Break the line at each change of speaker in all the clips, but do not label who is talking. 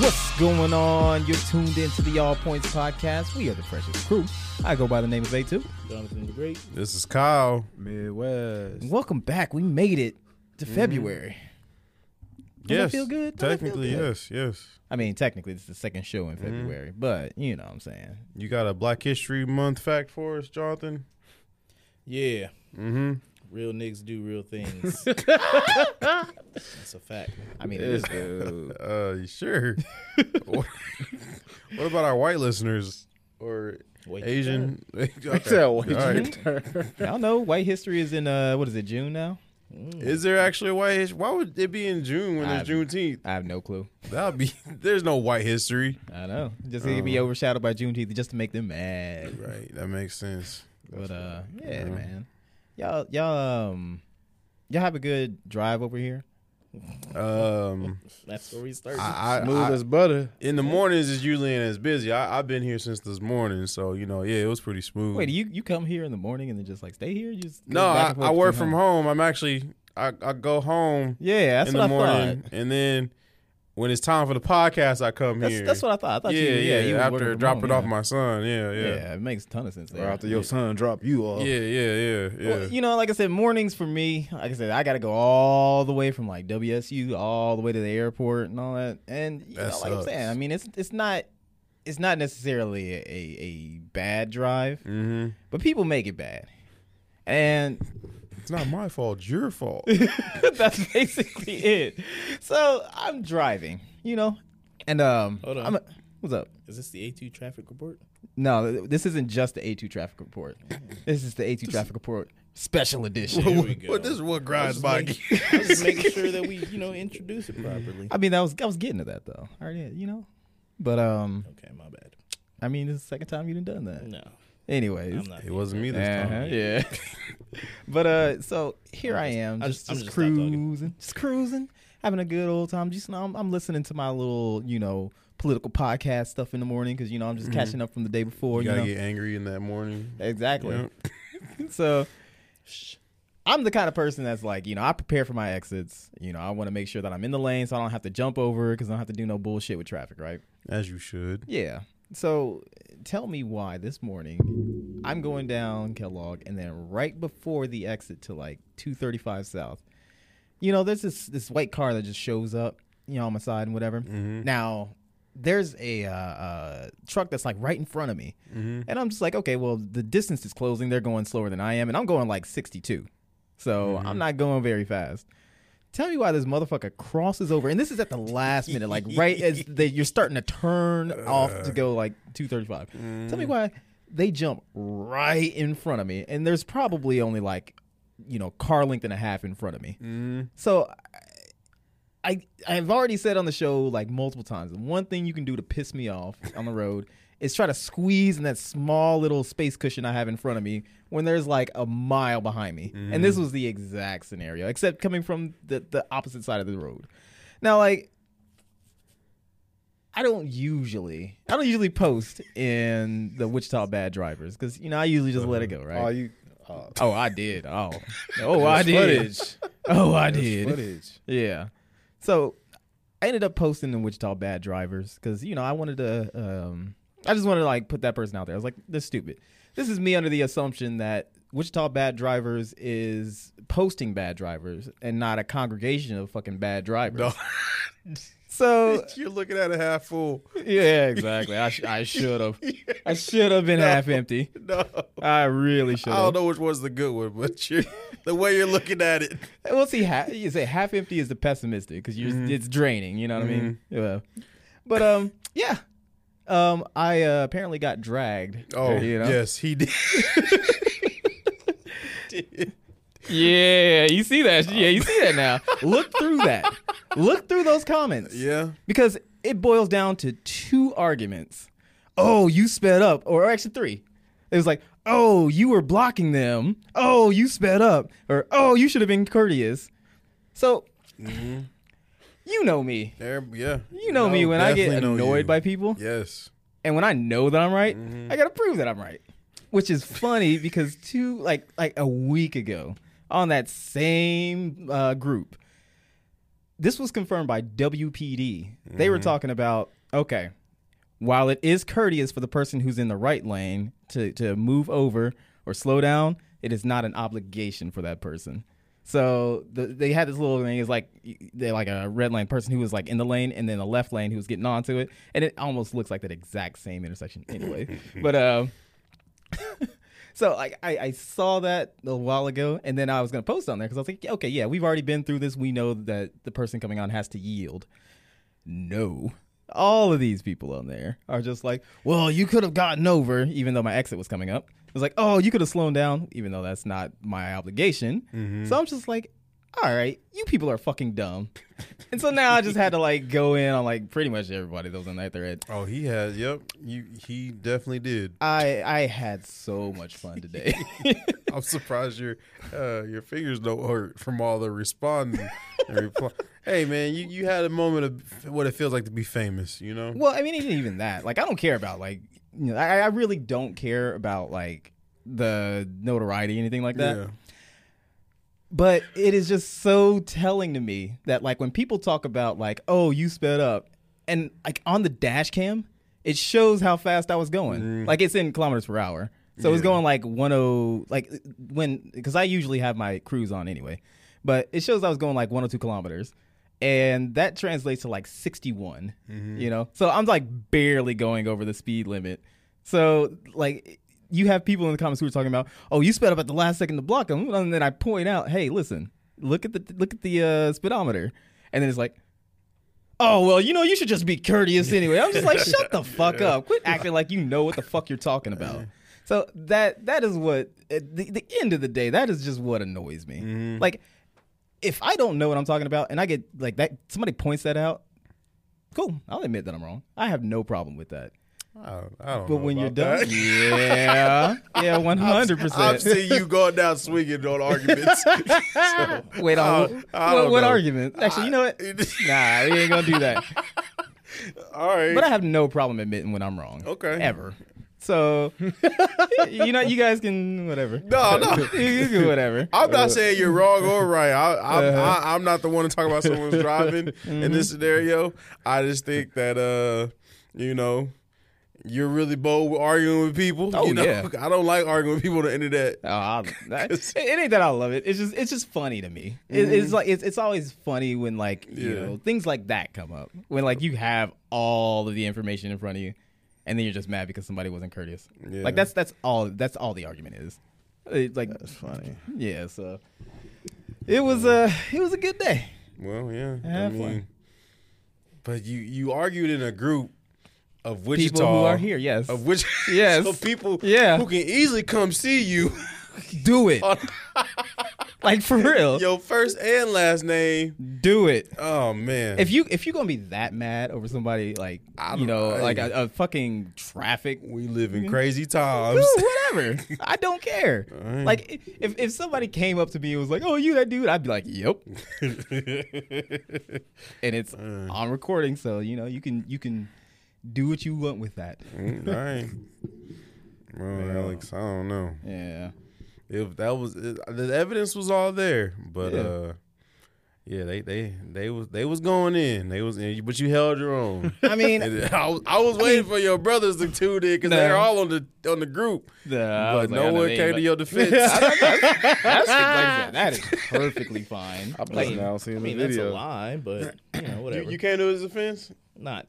What's going on? You're tuned in to the All Points Podcast. We are the freshest crew. I go by the name of A2.
Jonathan the Great.
This is Kyle.
Midwest.
Welcome back. We made it to February. Does
Mm-hmm. yes.
that feel good? Does that feel
Technically, Mm-hmm.
good?
yes, yes.
I mean, technically, it's the second show in February, but you know what I'm saying.
You got a Black History Month fact for us, Jonathan?
Yeah.
Mm-hmm.
Real niggas do real things. That's a fact.
I mean, it is.
Uh, you sure. what what about our white listeners or
Wait,
Asian? Okay.
Tell
All
what you
right.
I don't know. White history is in, uh, what is it, June now?
Is there actually a white history? Why would it be in June when there's
I-
Juneteenth?
I have no clue.
That'd be there's no white history.
I know. Just to
Uh-huh.
be overshadowed by Juneteenth just to make them mad.
Right. That makes sense.
But uh, yeah, man. Y'all, y'all, um, y'all have a good drive over here.
Um
That's where we started.
I, I,
Smooth
I-
as butter.
in the mornings is usually ain't as busy. I, I've been here since this morning, so you know, yeah, it was pretty smooth.
Wait, do you you come here in the morning and then just like stay here? You just go
No,
back
I,
and forth
I work
between
from home. I'm actually I, I go home
Yeah, that's
in the
what I
morning,
thought.
and then when it's time for the podcast, I come
That's,
here.
that's what I thought. I thought
yeah,
you,
yeah.
you was working
after
from
dropping
home,
off my son,
yeah.
yeah, yeah,
yeah, it makes a ton of sense.
Or
there.
after your son drop you off.
yeah, yeah, yeah, yeah.
Well, you know, like I said, mornings for me, like I said, I got to go all the way from like WSU all the way to the airport and all that. And you
That
know, like I'm
sucks.
saying, I mean, it's it's not it's not necessarily a, a, a bad drive,
hmm
but people make it bad. And
It's not my fault. it's Your fault.
that's basically it. So I'm driving, you know, and um,
Hold on.
I'm a- what's up?
Is this the A2 traffic report?
No, th- this isn't just the A2 traffic report. This is the A2 traffic report special edition.
There we go.
But this is what grinds
I
my
was just making- I was just making sure that we, you know, introduce it properly.
I mean, that was I was getting to that though. I already, had, you know, but um,
Okay, my bad.
I mean, this is the second time you done done that.
No,
Anyways,
I'm not.
It wasn't me this
Uh-huh,
time.
yeah. but uh, so here I
just-
am,
I'll
just,
just- I'm
just
just not talking.
cruising, just cruising, having a good old time. Just you know, I'm, I'm listening to my little, you know, political podcast stuff in the morning because you know I'm just catching up from the day before.
You
You,
gotta
know,
get angry in that morning.
exactly.
Yeah.
so I'm the kind of person that's like, you know, I prepare for my exits. You know, I want to make sure that I'm in the lane so I don't have to jump over because I don't have to do no bullshit with traffic, right?
As you should.
Yeah. So tell me why this morning I'm going down Kellogg and then right before the exit to like 235 South, you know, there's this this white car that just shows up, you know, on my side and whatever. Now, there's a uh, uh, truck that's like right in front of me, and I'm just like, okay, well, the distance is closing. They're going slower than I am, and I'm going like 62, so I'm not going very fast. Tell me why this motherfucker crosses over, and this is at the last minute, like right as they, you're starting to turn off to go like 235. Tell me why they jump right in front of me, and there's probably only like, you know, car length and a half in front of me. So I I've already said on the show like multiple times. The one thing you can do to piss me off on the road is try to squeeze in that small little space cushion I have in front of me when there's like a mile behind me. And this was the exact scenario, except coming from the the opposite side of the road. Now like I don't usually I don't usually post in the Wichita bad drivers cuz you know I usually just let it go,
Oh,
right?
you
Oh, I did. Oh. Oh, I did.
footage.
Oh, I
There's
did.
footage.
Yeah. So I ended up posting the Wichita bad drivers because you know I wanted to. Um, I just wanted to like put that person out there. I was like, they're stupid. This is me under the assumption that Wichita bad drivers is posting bad drivers and not a congregation of fucking bad drivers.
No.
So
You're looking at a half full.
yeah, exactly. I, sh- I should have. I should have been half empty.
No.
I really should
I don't
have.
know which one's the good one, but you're, the way you're looking at it.
Well, see, ha- you say half empty is the pessimistic because you're
Mm-hmm.
it's draining. You know what I mean? Yeah. But um, yeah. Um, I uh, apparently got dragged.
Oh,
you know?
yes, he did.
yeah. You see that? Yeah, you see that now. Look through that. Look through those comments.
Yeah.
Because it boils down to two arguments. Oh, you sped up, or actually three. It was like, oh, you were blocking them. Oh, you sped up, or oh, you should have been courteous. So,
Mm-hmm.
you know me.
There, yeah.
You know me when I get
definitely know you. Mm-hmm.
annoyed by people,
Yes.
and when I know that I'm right, I gotta prove that I'm right. Which is funny because two like like a week ago on that same
Mm-hmm.
uh, group, this was confirmed by WPD. They were talking about Okay. While it is courteous for the person who's in the right lane to, to move over or slow down, it is not an obligation for that person. So the, they had this little thing. It's like they like a red lane person who was like in the lane, and then a left lane who was getting onto it, and it almost looks like that exact same intersection anyway. but um, so like I, I saw that a while ago, and then I was gonna post on there because I was like, okay, yeah, we've already been through this. We know that the person coming on has to yield. No, all of these people on there are just like, well, you could have gotten over, even though my exit was coming up. It was like, oh, you could have slowed down, even though that's not my obligation. So I'm just like, all right, you people are fucking dumb. and so now I just had to like go in on like pretty much everybody that was on that thread.
Oh, he had. Yep, you. He definitely did.
I I had so much fun today.
I'm surprised your uh, your fingers don't hurt from all the responding and reply. Hey man, you, you had a moment of what it feels like to be famous, you know?
Well, I mean, even even that. Like, I don't care about like, you know, I, I really don't care about like the notoriety, anything like that.
Yeah.
But it is just so telling to me that like when people talk about like, oh, you sped up, and like on the dash cam, it shows how fast I was going. Like it's in kilometers per hour, so it was
Yeah.
going like 10 like when because I usually have my cruise on anyway, but it shows I was going like 102 kilometers. And that translates to like 61, you know? So I'm like barely going over the speed limit. So, like, you have people in the comments who are talking about, oh, you sped up at the last second to block them. And then I point out, hey, listen, look at the look at the uh, speedometer. And then it's like, oh, well, you know, you should just be courteous anyway. I'm just like, shut the fuck up. Quit acting like you know what the fuck you're talking about. So that that is what at the, the end of the day, that is just what annoys me. Like, if I don't know what I'm talking about and I get like that, somebody points that out. Cool, I'll admit that I'm wrong. I have no problem with that.
I don't, I don't
But
know
when you're
about
done,
that.
yeah, yeah, one hundred
I've
percent.
seen you going down swinging on arguments. So,
Wait, on
I- I
what,
don't
what
know.
argument? Actually, you know what? Nah, we ain't gonna do that.
all right.
But I have no problem admitting when I'm wrong.
Okay.
ever. So, you know, you guys can whatever.
No, no.
you, you can whatever.
I'm not saying you're wrong or right. I, I'm,
Uh-huh.
I, I'm not the one to talk about someone's driving in this
Mm-hmm.
scenario. I just think that, uh, you know, you're really bold with arguing with people.
Oh,
you know?
yeah.
I don't like arguing with people on the internet.
Oh, I, that, it ain't that I love it. It's just it's just funny to me. It, It's like it's, it's always funny when like you
Mm-hmm. Yeah.
know things like that come up when like you have all of the information in front of you, and then you're just mad because somebody wasn't courteous.
Yeah.
Like that's that's all that's all the argument is. It, like
That's funny.
yeah, so it was a it was a good day.
Well, yeah. I
Have
mean,
fun.
but you you argued in a group of Wichita
People who are here, yes,
of which
Yes.
so people
Yeah.
who can easily come see you
do it.
on
like for real,
your first and last name.
do it.
Oh man.
If you if you're gonna be that mad over somebody like
I
you
don't-
know
I-
like a, a fucking traffic
we live in crazy times.
Dude, Mm-hmm. whatever. I don't care.
Alright.
Like i- if, if somebody came up to me and was like, "Oh, you that dude," I'd be like, "Yep." and it's on recording, so you know you can you can do what you want with that.
Mm, All right. Well, Alex, I don't know
Yeah.
if that was it, the evidence was all there, but
Yeah.
uh, yeah, they they they was they was going in, they was in, but you held your own.
I mean,
And I was, I was waiting for your brothers to tune in because
Nah.
they're all on the on the group,
the,
but no one came to your defense.
That's exactly- that is perfectly fine.
I
Like,
like, now seeing
I
the
mean, that's
video.
a lie, but you know, whatever.
you, you came to his defense.
Not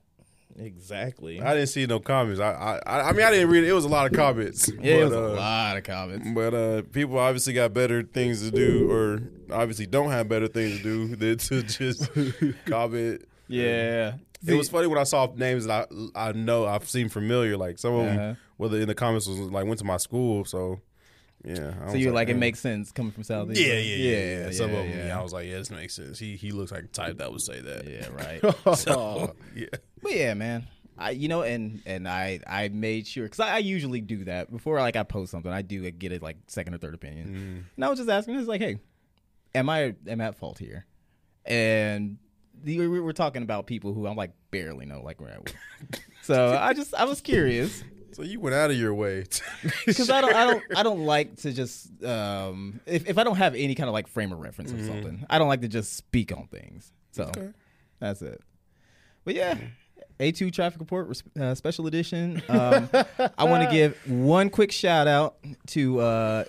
exactly.
I didn't see no comments. I I, I- I mean, I didn't read it. It was a lot of comments.
yeah, it was
but,
a
uh,
lot of comments.
But uh, people obviously got better things to do, or obviously don't have better things to do than to just comment.
Yeah.
It was funny when I saw names that I I know I've seen familiar. Like some of
Uh-huh.
them, whether in the comments was like went to my school, so yeah. I
So
was
you're like, it
"Damn."
makes sense coming from South East.
Yeah, yeah, yeah. yeah, yeah. some
yeah,
of them,
yeah.
yeah. I was like, yeah, this makes sense. He he looks like the type that would say that.
Yeah, Oh. right.
So, yeah.
But yeah, man. I you know, and and I I made sure because I, I usually do that before like I post something. I do get it like second or third opinion. And I was just asking, it's like, hey, am I am I at fault here? And the, we were talking about people who I'm like barely know like where I work. so I just I was curious
So you went out of your way. to-
because I don't I don't I don't like to just um if if I don't have any kind of like frame of reference or something, I don't like to just speak on things. So that's it. But yeah, A2 Traffic Report res- uh, Special Edition. Um, I want to give one quick shout out to uh,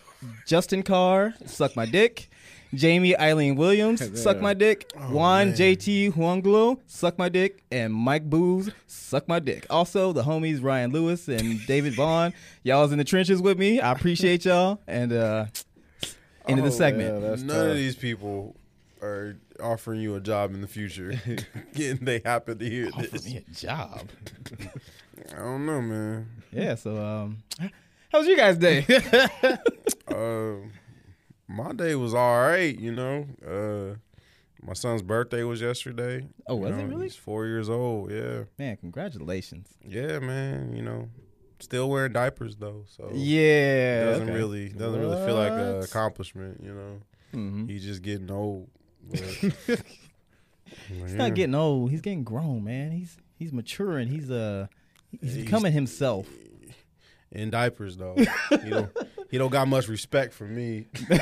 Justin Carr, suck my dick. Jamie Eileen Williams, suck my dick. Juan JT Huanglo, suck my dick. And Mike Booz, suck my dick. Also, the homies Ryan Lewis and David Vaughn. Y'all's in the trenches with me. I appreciate y'all. And uh, end of the
Oh,
segment.
yeah, That's
None
tough.
of these people are offering you a job in the future. Again, they happen to hear
Offer
this.
me a job.
I don't know, man.
Yeah, so um, how was your guys' day?
Uh, my day was all right, you know. Uh, my son's birthday was yesterday.
Oh, was
You
it
know,
really?
He's four years old. Yeah,
Man, congratulations.
yeah, man. You know, still wearing diapers though, so
Yeah.
Oh, doesn't
okay.
really doesn't really feel like an
What?
accomplishment. You know,
Mhm.
he's just getting old. But,
He's not getting old. He's getting grown, man. He's he's maturing. He's uh he's
He's-
becoming himself.
in diapers though. he don't he don't got much respect for me.
oh,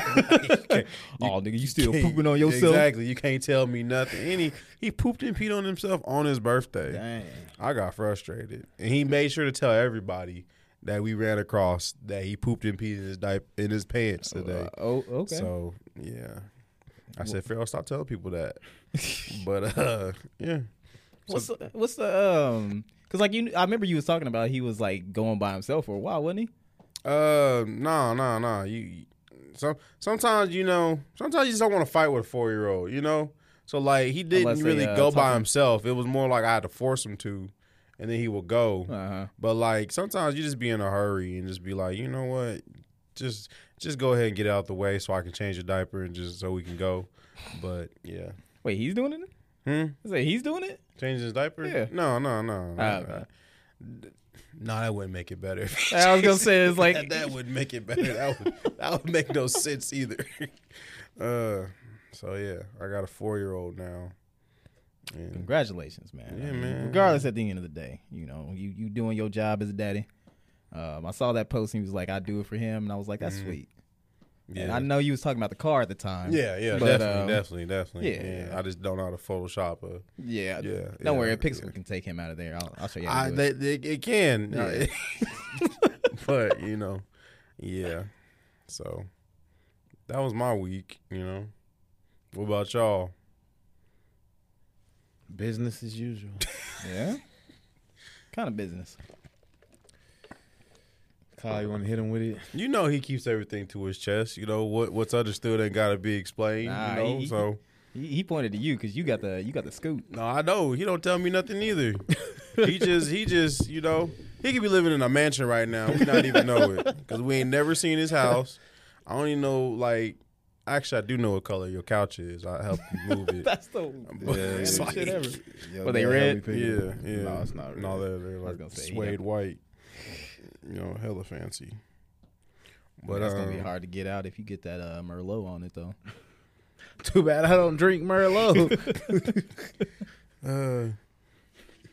nigga, you still
Can't-
pooping on yourself?
Exactly. You can't tell me nothing. And he, he pooped and peed on himself on his birthday.
Dang.
I got frustrated, and he made sure to tell everybody that we ran across that he pooped and peed in his diaper in his pants today.
Oh, okay.
So yeah, I said, Pharaoh, stop telling people that. but uh, yeah,
what's the, what's the um? Cause like you, I remember you was talking about he was like going by himself for a while, wasn't he?
uh, no, no, no. You some sometimes you know sometimes you just don't want to fight with a four year old, you know. So like he didn't
Unless they,
really
uh,
go
talking-
by himself. It was more like I had to force him to, and then he would go.
Uh huh.
But like sometimes you just be in a hurry and just be like, you know what, just just go ahead and get it out the way so I can change your diaper and just so we can go. But yeah,
Wait, he's doing it.
hmm?
I said he's doing it.
changing his diaper?
Yeah.
No, no, no. no,
Ah,
no.
okay.
No, that wouldn't make it better.
I was gonna say it's
that,
like
that would make it better. That would that would make no sense either. Uh, so yeah, I got a four year old now. And
Congratulations, man.
Yeah, man.
Regardless, at the end of the day, you know, you you doing your job as a daddy. Um, I saw that post and he was like, "I do it for him," and I was like, "That's sweet." And
Mm-hmm. yeah,
I know you was talking about the car at the time.
yeah, yeah,
But,
definitely,
um,
definitely, definitely.
yeah.
Yeah. I just don't know how to Photoshop a.
yeah,
Yeah,
Don't
yeah,
worry, Pixel can take him out of there. I'll, I'll show you. How
I,
to do it.
they, they, it can,
Yeah.
but you know, yeah. So that was my week. You know, what about y'all?
Business as usual.
yeah. Kind of business.
Kyle, you want to hit him with it?
You know, he keeps everything to his chest. You know what what's understood ain't got to be explained.
Nah,
you know,
he-
so
He, he pointed to you because you got the you got the scoop.
no, I know he don't tell me nothing either. he just, he just, you know, he could be living in a mansion right now. We not even know it because we ain't never seen his house. I don't even know like. Actually, I do know what color your couch is. I helped you move it.
That's the
But it's
Random shit
like-
ever.
Yo,
Were they
man, help
red?
me pick
Yeah,
it.
yeah.
No, it's not red.
No, they're, they're
was
like
gonna say,
suede
yeah.
white. You know, hella fancy. But
That's gonna be
um,
hard to get out if you get that uh, Merlot on it though.
Too bad I don't drink Merlot.
Uh,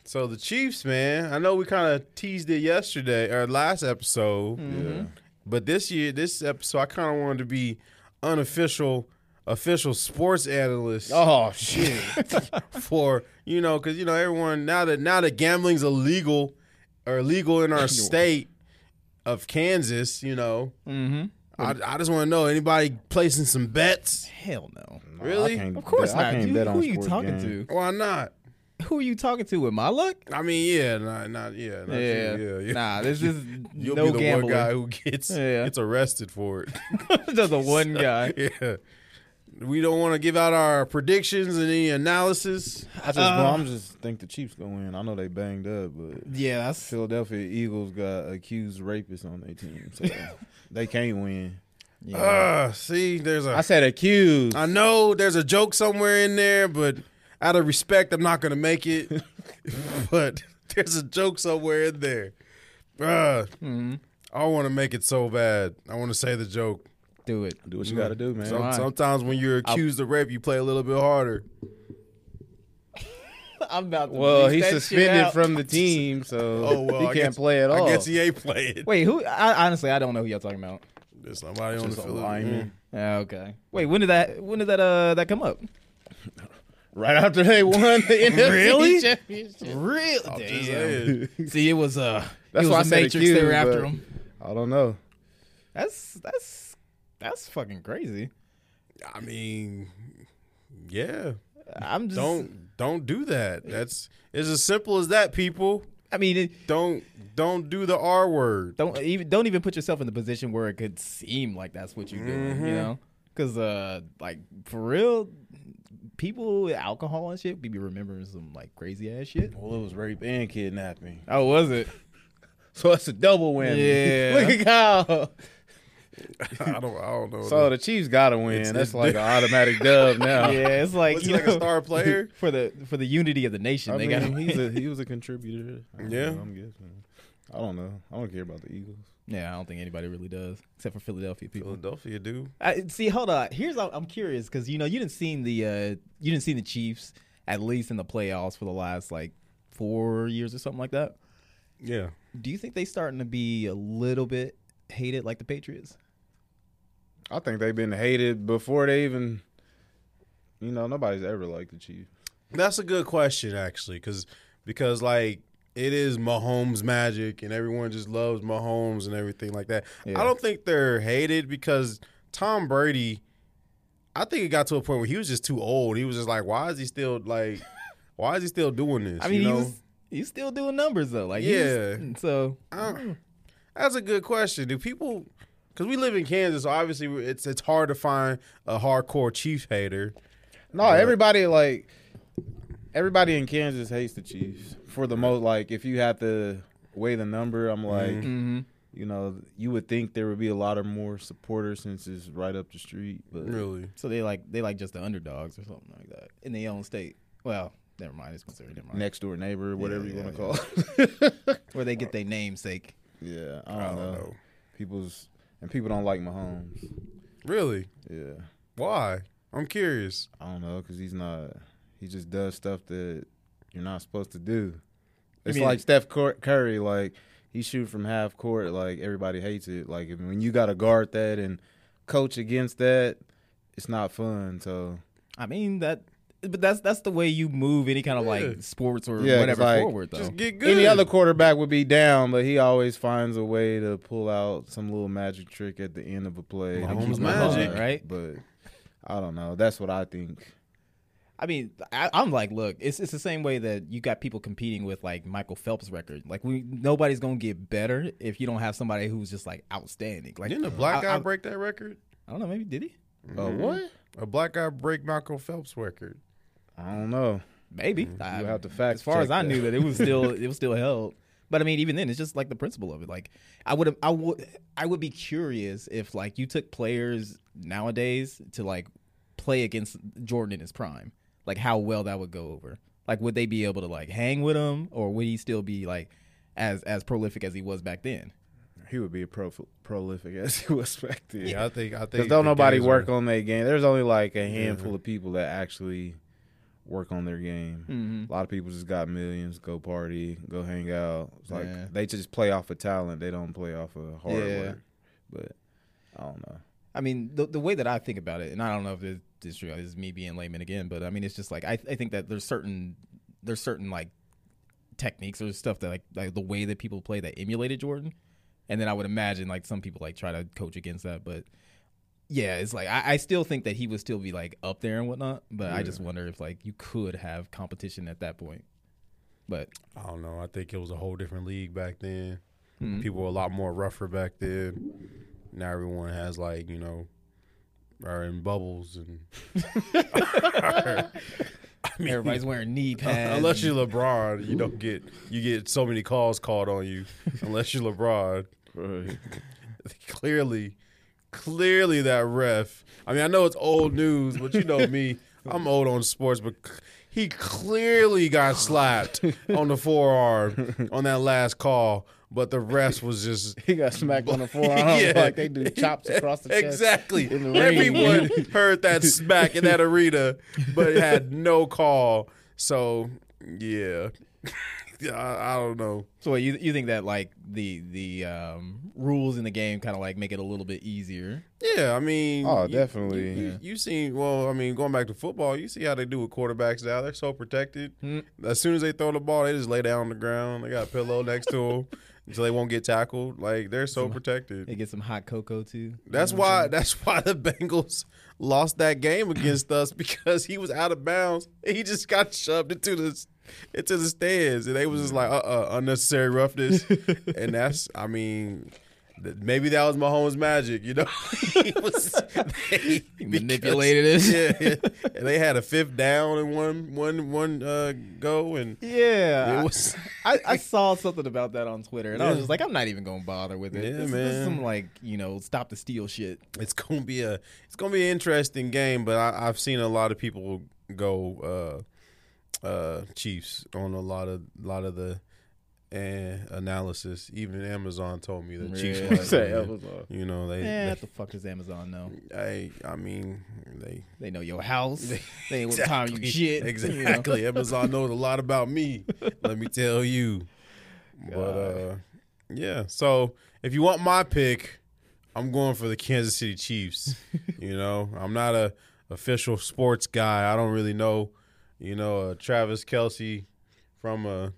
so the Chiefs, man. I know we kind of teased it yesterday or last episode.
Mm-hmm.
Yeah. But this year, this episode, I kind of wanted to be unofficial, official sports analyst
oh shit!
for you know, because you know everyone now that now that gambling's illegal or legal in our state of Kansas, you know.
Mm-hmm.
I, I just want to know anybody placing some bets.
Hell no.
Really?
I can't
Of course
bet- I
not.
can't
You-
bet on
who are you
sports
talking
games.
to?
Why not?
Who are you talking to with my luck?
I mean, yeah, not, not yeah, not
Yeah.
You, yeah, yeah.
Nah, this is
You'll
no
be the
gambling.
one guy who gets
Yeah.
gets arrested for it.
Just a one guy.
yeah, we don't want to give out our predictions and any analysis.
I just, well,
Uh.
I'm just think the Chiefs gonna win. I know they banged up, but
Yeah, that's
Philadelphia Eagles got accused rapists on their team, so they can't win.
yeah.
Uh, see, there's
I
a.
said accused.
I know there's a joke somewhere in there, but out of respect, I'm not gonna make it. but there's a joke somewhere in there. Bruh,
Mm-hmm.
I want to make it so bad. I want to say the joke.
do it.
do what you gotta do, man.
Some-
Why?
sometimes when you're accused of rape, you play a little bit harder.
I'm about to
well,
bleep
he's
that shit
suspended
out.
from the team, so
Oh well,
he
I
can't
guess-
play at all.
I guess he ain't playing.
Wait, who? I, honestly, I don't know who y'all talking about.
There's somebody on the
Just a
field.
lineman.
Ah, Okay. Wait, when did that? When did that? Uh, that come up?
right after they won the NFC
Really?
championship.
Real
Just
damn.
saying.
See, it was uh,
That's
it
why I
was the
said
Matrix.
accused,
they were after
but-
him.
I don't know.
That's that's that's fucking crazy.
I mean, yeah.
I'm just
Don't don't do that. That's it's as simple as that, people.
I mean, it,
Don't don't do the R word.
don't even don't even put yourself in the position where it could seem like that's what you're doing,
Mm-hmm.
you know? Because uh, like for real, people with alcohol and shit be be remembering some like crazy ass shit.
Well, it was rape and kidnapping,
Oh, was it?
so it's a double whammy.
Yeah.
Look at Kyle.
I don't I don't know.
So the Chiefs got to win.
It's- it's-
That's like an automatic dub now.
Yeah, it's like
was he
you
like
know,
a star player?
for the for the unity of the nation.
I
they
mean,
got
he's a, he was a contributor. I don't
Yeah.
know, I'm guessing. I don't know. I don't care about the Eagles.
yeah. I don't think anybody really does except for Philadelphia people.
Philadelphia, dude.
I, see, hold on. Here's I'm curious because you know you didn't seen the uh, you didn't see the Chiefs at least in the playoffs for the last like four years or something like that.
Yeah.
Do you think they starting to be a little bit hated like the Patriots?
I think they've been hated before they even. You know, nobody's ever liked the Chiefs.
That's a good question actually, because because like it is Mahomes magic, and everyone just loves Mahomes and everything like that. I don't think they're hated because Tom Brady. I think it got to a point where he was just too old. He was just like, why is he still like, why is he still doing this?
I mean,
you know?
he was, he's still doing numbers though. Like, he was- so
Uh, that's a good question. Do people? Because we live in Kansas, so obviously we- it's it's hard to find a hardcore Chiefs hater.
No, everybody like everybody in Kansas hates the Chiefs for the most. Like, if you have to weigh the number, I'm like, you know, you would think there would be a lot of more supporters since it's right up the street. But
Really,
so they like they like just the underdogs or something like that in their own state. Well, never mind. It's considered never mind.
next door neighbor, whatever you
yeah,
want to call. it.
Where they get their namesake.
yeah, I don't,
I don't
know.
know.
People's and people don't like Mahomes.
Really,
Yeah,
why? I'm curious.
I don't know because he's not. He just does stuff that you're not supposed to do. It's
mean-
like Steph Cur- Curry, like he shoot from half court, like everybody hates it. Like if- when you got to guard that and coach against that, it's not fun. So
I mean that, but that's that's the way you move any kind of
Yeah.
like sports or
Yeah, 'cause,
whatever
like,
forward though.
Just get good.
any other quarterback would be down, but he always finds a way to pull out some little magic trick at the end of a play. to
Mahomes
keep it
magic.
alive.
Right.
But I don't know. That's what I think.
I mean, I, I'm like, look, it's it's the same way that you got people competing with like Michael Phelps' record. Like, we nobody's gonna get better if you don't have somebody who's just like outstanding. Like,
Didn't a black guy
I, I,
break that record?
I don't know, maybe did he?
Uh, what?
A black guy break Michael Phelps' record.
I don't know.
Maybe. I,
Mm, have to fact
As far as
check
I
that.
knew, that it was still it was still held. But I mean, even then, it's just like the principle of it. Like, I would I would I would be curious if like you took players nowadays to like play against Jordan in his prime, like how well that would go over. Like, would they be able to like hang with him, or would he still be like as as prolific as he was back then?
He would be a pro- prolific as he was back then.
Yeah, I think I think
Because don't
the
nobody
games
work
are-
on their game. There's only like a handful of people that actually work on their game. A
Mm-hmm.
lot of people just got millions, go party, go hang out. It's like
Yeah.
they just play off of talent. They don't play off of hard
Yeah.
work. But I don't know.
I mean, the, the way that I think about it, and I don't know if this is true, this is me being layman again, but I mean, it's just like I, I think that there's certain there's certain like techniques or stuff that like, like the way that people play that emulated Jordan, and then I would imagine like some people like try to coach against that, but yeah, it's like I, I still think that he would still be like up there and whatnot, but I just wonder if like you could have competition at that point, but
I don't know. I think it was a whole different league back then. People were a lot more rougher back then. Now everyone has like you know are in bubbles and
everybody's wearing knee pads.
unless you're LeBron, you don't get you get so many calls called on you. Unless you're LeBron, clearly, clearly that ref. I mean, I know it's old news, but you know me, I'm old on sports, but c- he clearly got slapped on the forearm on that last call. But the rest was just
He got smacked on the
forearm Yeah. like
they do chops across the
Exactly.
the ring.
Everyone heard that smack in that arena, but it had no call. So yeah, Yeah, I, I don't know.
So what, you you think that like the the um, rules in the game kind of like make it a little bit easier?
Yeah, I mean,
Oh,
you-
definitely.
You, you seen well, I mean, going back to football, you see how they do with quarterbacks now. They're so protected.
Mm.
As soon as they throw the ball, they just lay down on the ground. They got a pillow next to them, so they won't get tackled. Like they're so protected.
They get some hot cocoa too.
That's why. That's why the Bengals lost that game against us because he was out of bounds. He just got shoved into the into the stands, and they was just like, "Uh, uh unnecessary roughness." and that's, I mean, th- maybe that was Mahomes' magic, you know. he was they,
He manipulated it.
Yeah, yeah. and they had a fifth down and one one one uh, go, and
Yeah,
it was.
I, I saw something about that on Twitter, and I was
Yeah.
just like, I'm not even gonna bother with it.
Yeah,
this, this is
man.
some like you know stop the steal shit.
it's gonna be a it's gonna be an interesting game, but I, I've seen a lot of people go uh, uh, Chiefs on a lot of lot of the uh, analysis. Even Amazon told me the Chiefs.
Really?
won.
You
Say Amazon.
You know they,
Yeah, Eh, what the fuck does Amazon know?
they I, I mean they
They know your house. They know what time you shit. you know?
exactly. Amazon knows a lot about me. let me tell you. But uh, yeah, so if you want my pick, I'm going for the Kansas City Chiefs. you know, I'm not a official sports guy. I don't really know. You know, uh, Travis Kelsey from uh,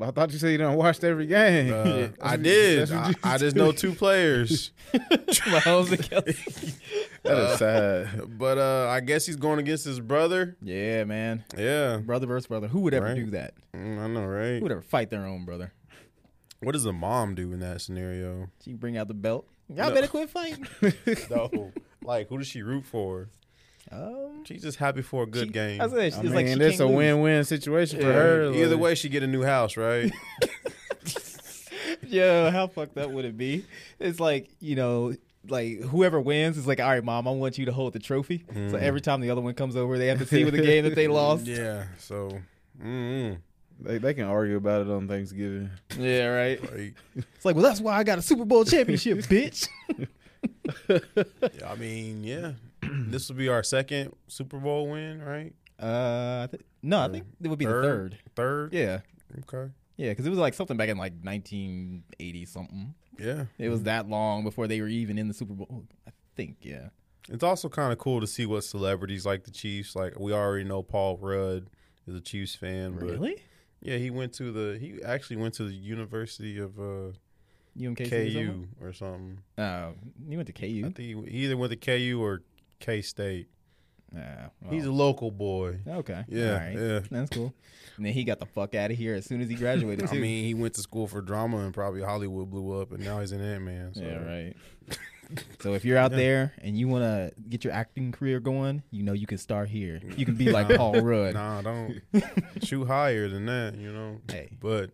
I thought you said you done watched every game.
uh,
That's
I
what-
did.
that's what
I,
you
I just
said.
know two players.
Mahomes and Kelsey.
That
uh,
is sad.
But uh, I guess he's going against his brother.
Yeah, man.
Yeah,
Brother versus brother. Who would ever
Right.
do that?
Mm, I know, right?
Who would ever fight their own brother?
What does the mom do in that scenario?
She bring out the belt. Y'all
No.
better quit fighting.
No, like who does she root for?
um,
She's just happy for a good
she-
game.
I said, it's
I mean,
like she
it's
can't
a
lose.
win-win situation for
Yeah.
her. like-
Either way, she get a new house, right?
Yo, how fucked up would it be? It's like, you know, like whoever wins is like, all right, mom, I want you to hold the trophy. So every time the other one comes over, they have to see with the game that they lost. Mm. yeah.
yeah. So, mm
they, they can argue about it on Thanksgiving.
right.
like,
It's like, well, that's why I got a Super Bowl championship, bitch.
I mean, yeah, this will be our second Super Bowl win, right?
Uh, I thi- no, I think it would be the third.
Third.
Yeah,
Okay.
yeah, because it was like something back in like 1980 something.
Yeah.
It was that long before they were even in the Super Bowl. I think, yeah.
It's also kind of cool to see what celebrities like the Chiefs. Like we already know Paul Rudd is a Chiefs fan. But Yeah, he went to the. He actually went to the University of uh,
UMKC?
KU or something.
Oh, you went to
I
KU.
think he, he either went to KU or K State.
Ah, well.
He's a local boy.
Okay.
Yeah,
All right.
yeah.
That's cool. And then he got the fuck out of here as soon as he graduated.
I
Too.
mean, he went to school for drama and probably Hollywood blew up, and now he's an Ant Man. So.
yeah, right. so if you're out there and you want to get your acting career going, you know you can start here. You can be like Paul Rudd.
Nah, don't shoot higher than that, you know.
Hey.
But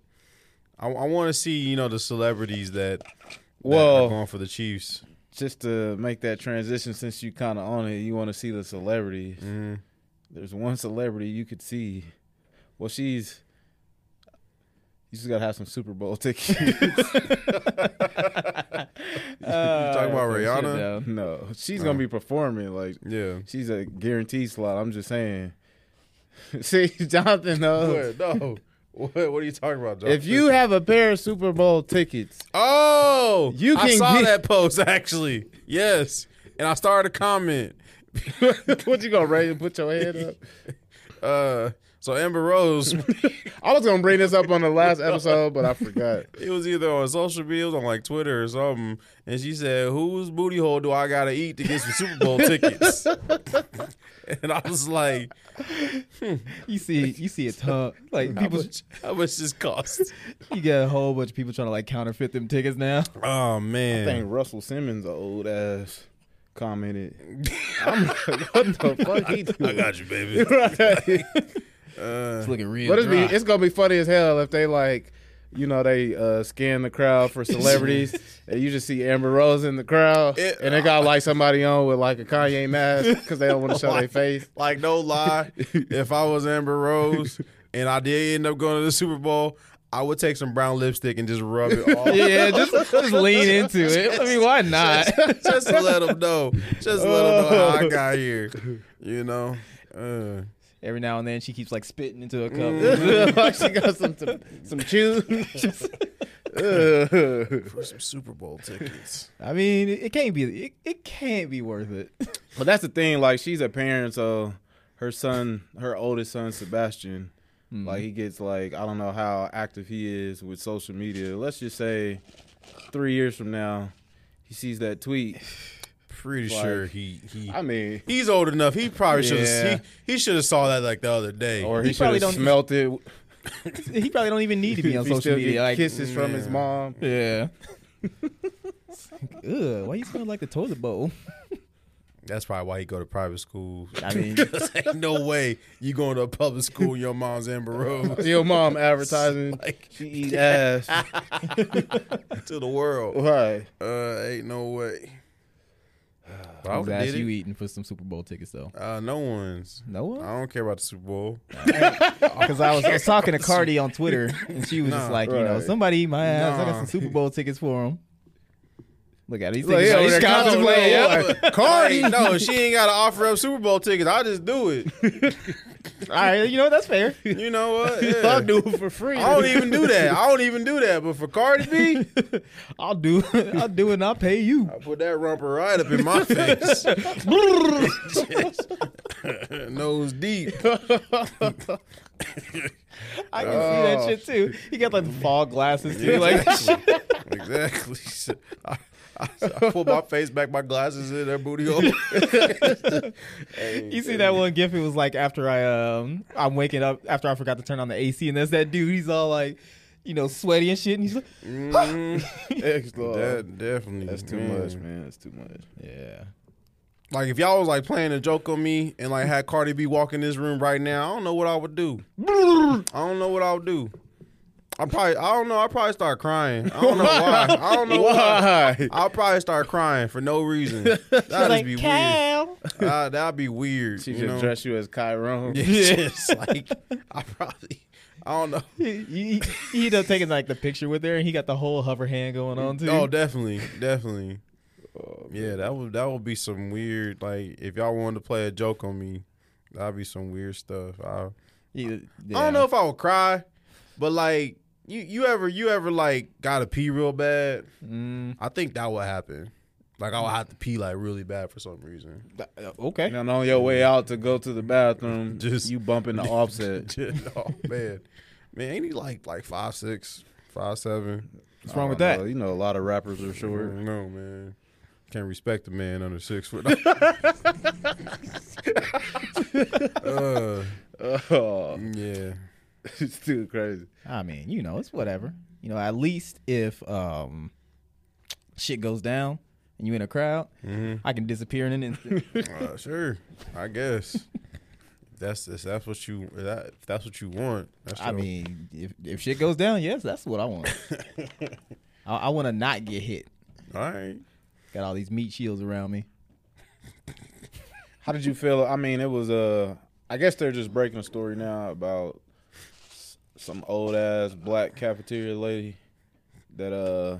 I, want to see, you know, the celebrities that, that are
Well-
going for the Chiefs.
Just to make that transition, since you kind of on it, you want to see the celebrity.
Mm.
There's one celebrity you could see. Well, she's. You just gotta have some Super Bowl tickets. Uh,
you talking about Rihanna?
Shit,
no, she's gonna be performing. Like
Yeah.
she's a guaranteed slot. I'm just saying. see, Jonathan knows.
What? No. What, what are you talking about, John?
uh, If you have a pair of Super Bowl tickets,
oh,
You
I
can
saw
get-
that post actually. Yes, and I started to comment.
what you gonna raise and put your head up?
Uh, so Amber Rose
I was gonna bring this up on the last episode, but I forgot.
It was either on social media, it was on like Twitter or something, and she said, "Whose booty hole do I gotta eat to get some Super Bowl tickets?" and I was like,
You see, you see a ton like
"How
people.
much? How much this cost?"
You get a whole bunch of people trying to like counterfeit them tickets now.
Oh
I
man,
think Russell Simmons, a old ass, commented. I'm like, what the fuck he
I
doing?
got you, baby.
It's looking real.
But it's, be,
dry.
it's gonna be funny as hell if they like, you know, they uh, scan the crowd for celebrities, and you just see Amber Rose in the crowd,
It-
and they got like somebody on with like a Kanye mask because they don't want to show their face.
like no lie, if I was Amber Rose and I did end up going to the Super Bowl, I would take some brown lipstick and just rub it all.
yeah, just just lean into it. I mean, why not?
Just to let them know. Just let them know how I got here. You know. Uh,
Every now and then, she keeps like spitting into a cup. she got some some, some juice.
for some Super Bowl tickets.
I mean, it can't be. It, it can't be worth it.
But that's the thing. Like she's a parent, so her son, her oldest son Sebastian, like he gets like I don't know how active he is with social media. Let's just say three years from now, he sees that tweet.
Pretty
Like,
sure he he.
I mean,
He's old enough. He probably should
Yeah.
have. He, he should have saw that like the other day.
or
He
he,
probably
should have
don't-
smelt it.
He probably don't even need to be on
If he
social
still
media.
get
Like,
kisses from his mom.
yeah. It's like, Ugh, why you smell like the toilet bowl?
That's probably why he go to private school.
I mean,
'Cause ain't no way you going to a public school. Your mom's Amber Rose
Your mom advertising
like
she eat ass.
to the world.
Right.
Uh, ain't no way. But I
I was
would
asked
have
you
did it.
eating for some Super Bowl tickets though.
Uh, no one's.
No uh, one,
I don't care about the Super Bowl.
because I was, I was talking to Cardi on Twitter, and she was just
Nah,
like, you know,
right.
somebody eat my ass. I got
Nah.
some Super Bowl tickets for him. Look at it. He's
Look,
thinking
he
about-
over
he's
there
contemplating.
contemplating.
yeah.
Cardi, no, she ain't got to offer up Super Bowl tickets. I just do it.
All right, you know what? that's fair.
You know what? Yeah.
I'll do it for free.
I don't even do that. I don't even do that. But for Cardi B,
I'll do, I'll do it, and I'll pay you.
I put that rumper right up in my face. Nose deep.
I can
Oh.
see that shit too. He got like the fall glasses too. Like,
exactly. exactly. I, I, I put my face back, my glasses in, that booty hole.
You see that one gif? It was like after I um I'm waking up after I forgot to turn on the AC, and there's that dude. He's all like, you know, sweaty and shit, and he's like,
That,
mm-hmm. That definitely.
that's too much, man. That's too much.
yeah.
Like if y'all was like playing a joke on me and like had Cardi B walk in this room right now, I don't know what I would do. I don't know what I would do. I probably I don't know. I probably start crying. I don't know why. I don't know why.
Why?
I'll probably start crying for no reason. That'd just be weird. Uh, that'd be weird.
She
you
should
know?
dress you as Kyron.
It's just like I probably I don't know.
He, he, he ended up taking like the picture with her, and he got the whole hover hand going on too.
Oh, definitely, definitely. yeah, that would that would be some weird. Like if y'all wanted to play a joke on me, that'd be some weird stuff. I,
He-
I
yeah.
don't know if I would cry, but like you you ever you ever like gotta pee real bad?
Mm,
I think that would happen. Like I would have to pee like really bad for some reason.
th- uh, okay.
And on your way out to go to the bathroom,
Just-
just you bumping the offset.
oh man, man, ain't he like like five six, five seven?
What's wrong with
I
that?
don't know. Oh, You know, a lot of rappers are
Sure,
short.
no man. Can't respect a man under six foot. Uh,
Oh,
yeah.
it's too crazy.
I mean, you know, it's whatever. You know, at least if um shit goes down and you in a crowd,
Mm-hmm.
I can disappear in an instant.
Uh, sure, I guess. If That's if that's what you if that, if that's what you want. That's
I
your-
mean, if if shit goes down, yes, that's what I want. I, I want to not get hit.
all right.
Got all these meat shields around me.
How did you feel? I mean, it was Uh, I guess they're just breaking a story now about s- some old ass black cafeteria lady that uh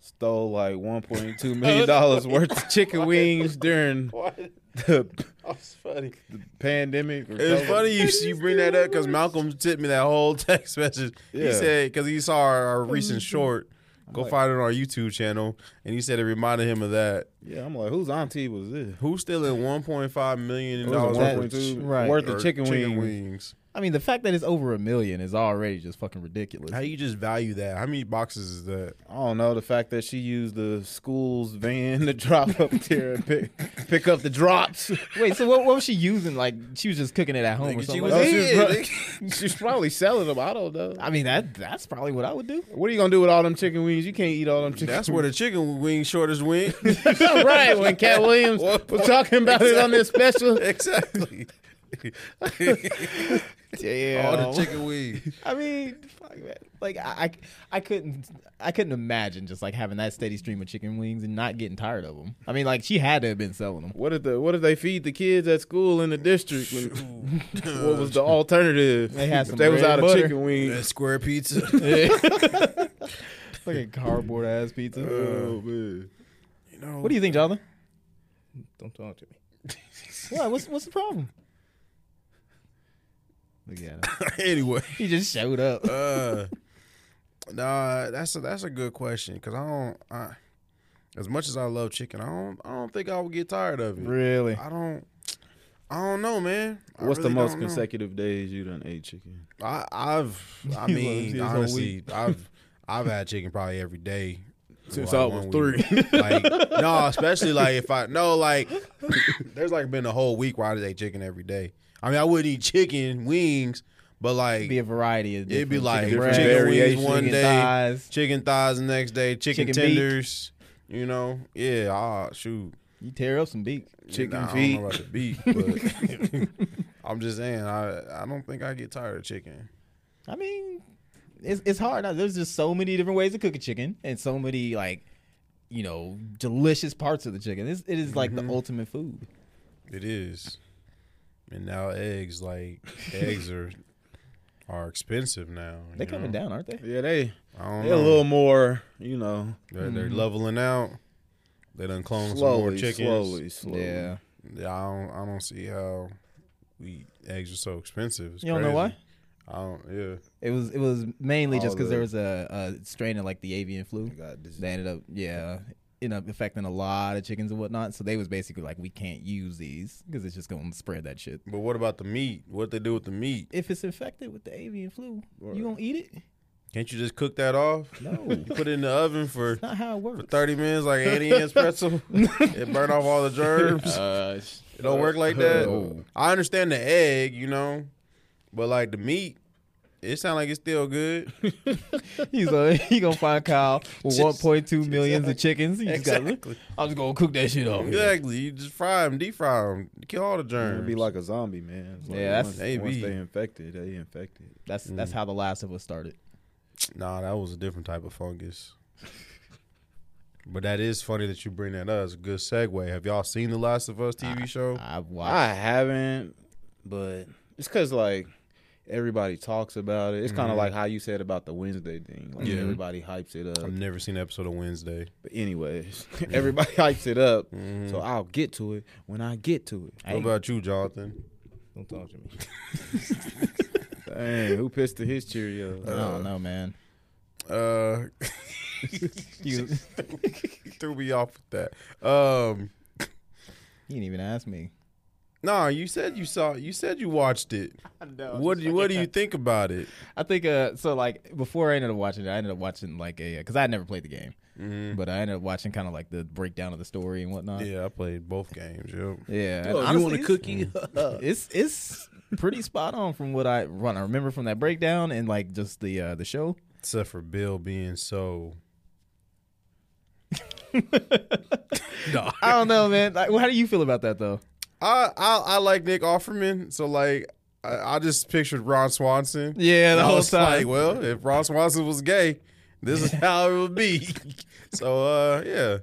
stole like 1.2 million dollars worth of chicken wings during the
That's funny.
pandemic. or
It's
COVID.
funny you you bring that up because Malcolm sent me that whole text message. He
Yeah.
said because he saw our, our recent short. Go find it on our YouTube channel, and he said it reminded him of that.
Yeah, I'm like, whose auntie was this?
Who's stealing one point five million
It was
dollars
that-
worth of
1.2
right.
worth of
or
chicken, wings.
wings?
I mean, the fact that it's over a million is already just fucking ridiculous.
How you just value that? How many boxes is that?
I don't know the fact that she used the school's van to drop up there and pick pick up the drops.
Wait, so what, what was she using? Like, she was just cooking it at home or
Nigga,
something.
she
like
was
that?
she
Yeah,
was pro- she's probably selling them. I don't know.
I mean, that that's probably what I would do.
What are you gonna do with all them chicken wings? You can't eat all them chicken.
That's where the chicken wing shorters went.
wings. right when Cat Williams
What-
was talking about it on this special.
exactly. All the chicken wings.
I mean, fuck, man. like I, I, I couldn't, I couldn't imagine just like having that steady stream of chicken wings and not getting tired of them. I mean, like she had to have been selling them.
What if the what if they feed the kids at school in the district? When, what was the alternative?
They had
If
some
they was
bread
out
and
of
butter.
chicken wings.
That square pizza.
Fucking cardboard ass pizza.
Oh, man.
you know,
What do you think, Jonathan?
Don't talk to me.
What? What's what's the problem? Look at him.
anyway.
he just showed up.
Uh, nah, that's a, that's a good question because I don't. I, as much as I love chicken, I don't. I don't think I would get tired of it.
Really?
I don't. I don't know, man. I
What's
really
the most
don't know.
consecutive days you done ate chicken?
I, I've. I
He loves
mean,
his whole
honestly, I've. I've had chicken probably every day. for,
Since
like,
I was
one
three.
week. like no, especially like if I no like there's like been a whole week where I just ate chicken every day. I mean, I wouldn't eat chicken wings, but like
be a variety of
It'd be
different
like
chicken
chicken,
breasts,
wings
variations.
one
chicken
day,
thighs.
chicken thighs the next day, chicken,
Chicken beak.
tenders. You know, yeah. Ah, shoot.
You tear up some beak.
Chicken
Nah,
feet.
I don't know about the beak, but I'm just saying. I I don't think I get tired of chicken.
I mean, it's it's hard. Now. There's just so many different ways to cook a chicken, and so many like, you know, delicious parts of the chicken. It's, it is like the ultimate food.
It is. And now eggs, like eggs are are expensive now. you
They're coming
know?
down, aren't they?
Yeah, they
I don't
they
know.
a little more, you know,
they're, they're
Mm-hmm.
leveling out. They done clone some more
slowly,
chickens.
slowly, slowly.
Yeah.
Yeah, I don't. I don't see how we eggs are so expensive. It's
You don't know why?
crazy. I don't. Yeah.
It was it was mainly just
All
because there
the-
was a, a strain of like the avian flu
God, this is-
that ended up yeah ended up affecting a lot of chickens and whatnot. So they was basically like, we can't use these because it's just going to spread that shit.
But what about the meat? What they do with the meat?
If it's infected with the avian flu,
Right.
you gonna eat it?
Can't you just cook that off?
No,
Put it in the oven for
not how it works.
thirty minutes, like eighty inch pretzel. it burn off all the germs.
Uh,
It don't work like that.
No.
I understand the egg, you know, but like the meat. It sound like it's still good.
He's a, he gonna find Kyle with
Just-
1.2 millions of chickens. He just gotta-
Exactly.
I'm just gonna cook that shit off.
Exactly. You just fry them, defry them, kill all the germs.
It'd be like a zombie, man. It's like
Yeah, that's-
once,
They
once
be.
they infected, they infected.
That's that's how The Last of Us started.
Nah, that was a different type of fungus. but that is funny that you bring that up. It's a good segue. Have y'all seen the Last of Us TV show?
I've watched.
I haven't, but it's because like everybody talks about it. It's kind of like how you said about the Wednesday thing. Like
Yeah.
everybody hypes it up.
I've never seen an episode of Wednesday.
But anyways, everybody hypes it up.
Mm-hmm.
So I'll get to it when I get to it.
I
What
ain't-
about you, Jonathan?
Don't talk to me.
Dang, who pissed to his Cheerios?
I don't know, man.
Uh,
You, you
threw me off with that. Um,
didn't even ask me.
nah, you said you saw. You said you watched it. What do you, What do you think about it?
I think uh, so. Like before, I ended up watching it. I ended up watching like a because I had never played the game, but I ended up watching kind of like the breakdown of the story and whatnot. Yeah,
Yeah, I played both games. Mm. Yep.
and honestly, it's-
cookie?
it's it's pretty spot on from what I run. I remember from that breakdown and like just the uh, the show.
Except for Bill being so. no.
I don't know, man. Like, how do you feel about that though?
I, I I like Nick Offerman, so like I, I just pictured Ron Swanson.
Yeah,
I was like, well, if Ron Swanson was gay, this is how it would be. so uh, yeah,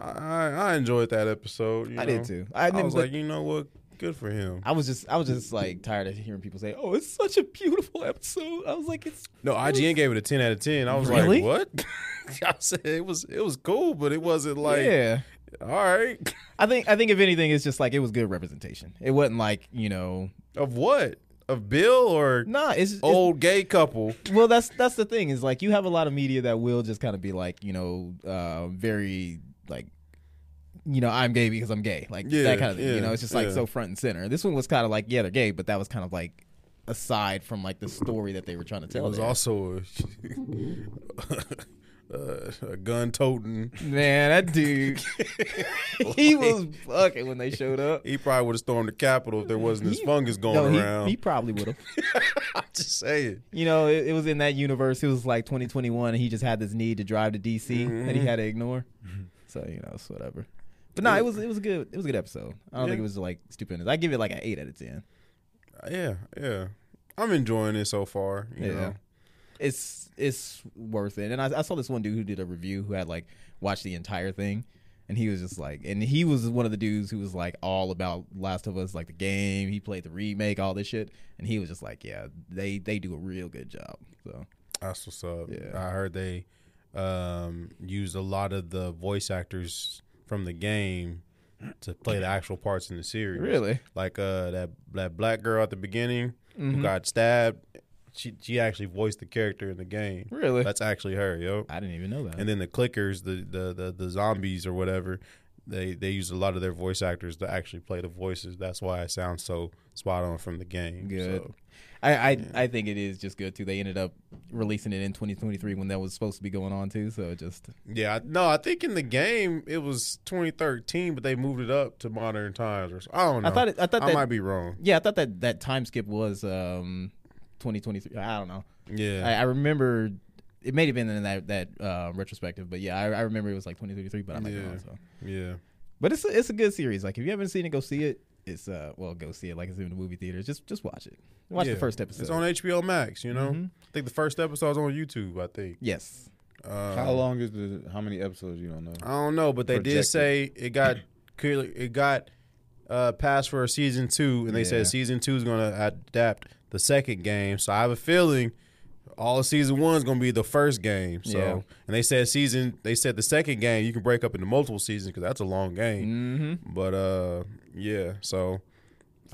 I I I enjoyed that episode. you
I did
know.
too.
I,
I, didn't,
was
but
like, you know what? Good for him.
I was just, I was just like tired of hearing people say, "Oh, it's such a beautiful episode." I was like, "It's
No, IGN gave it a ten out of ten. I was
Really?
like, what? I said it was it was cool, but it wasn't like
yeah."
all right
I think, I think if anything, it's just like it was good representation. It wasn't like you know,
of what of Bill or
nah. It's, it's
old gay couple.
well, that's that's the thing is like you have a lot of media that will just kind of be like you know, uh, very like. You know, I'm gay because I'm gay, like
Yeah,
that kind of thing.
yeah,
you know, it's just like
yeah.
so front and center. This one was kind of like, yeah, they're gay, but that was kind of like aside from like the story that they were trying to
It
tell.
was
there.
also a, uh, a gun toting.
Man, that dude, he was fucking when they showed up.
He probably would have stormed the Capitol if there wasn't this
He-
fungus going
no, he-
around.
He, probably would have.
I'm just saying.
You know, it, it was in that universe. It was like 2021, and he just had this need to drive to DC that
Mm-hmm.
he had to ignore. So you know, it's whatever. But no, it was it was a good. It was a good episode. I don't
Yeah.
think it was like stupendous. I give it like an eight out of ten.
Yeah, yeah. I'm enjoying it so far. You
Yeah.
know.
It's it's worth it. And I, I saw this one dude who did a review who had like watched the entire thing, and he was just like, and he was one of the dudes who was like all about Last of Us, like the game. He played the remake, all this shit, and he was just like, yeah, they they do a real good job. So
That's what's up.
Yeah.
I heard they um, used a lot of the voice actors from the game to play the actual parts in the series.
Really?
Like uh, that that black girl at the beginning.
Mhm.
who got stabbed. She she actually voiced the character in the game.
Really?
That's actually her, yo.
I didn't even know that.
And then the clickers, the the the, the zombies or whatever, they they use a lot of their voice actors to actually play the voices. That's why it sounds so spot on from the game.
Good.
So,
I, I I think it is just good too. They ended up releasing it in 2023 when that was supposed to be going on too. So it just
yeah, I- no, I think in the game it was 2013, but they moved it up to modern times. Or so. I don't know.
I thought it, I thought
I
that
might be wrong.
yeah I thought that that time skip was um 2023. I don't know. I,
Yeah,
I remember it may have been in that that uh, retrospective, but yeah, I, I remember it was like 2023. But I might be
Yeah.
wrong. So.
yeah.
But it's a, it's a good series. Like if you haven't seen it, go see it. It's uh well go see it like it's in the movie theaters. Just just watch it. Watch
Yeah.
the first episode.
It's on HBO Max. You know,
Mhm.
I think the first episode's on YouTube. I think.
yes.
Um,
How long is the? How many episodes? You don't know.
I don't know, but they did
Projected.
say it got clearly it got uh, passed for a season two, and they
Yeah.
said season two is going to adapt the second game. So I have a feeling all of season one is going to be the first game. So
Yeah.
and they said season they said the second game you can break up into multiple seasons because that's a long game.
Mm-hmm.
But uh, yeah, so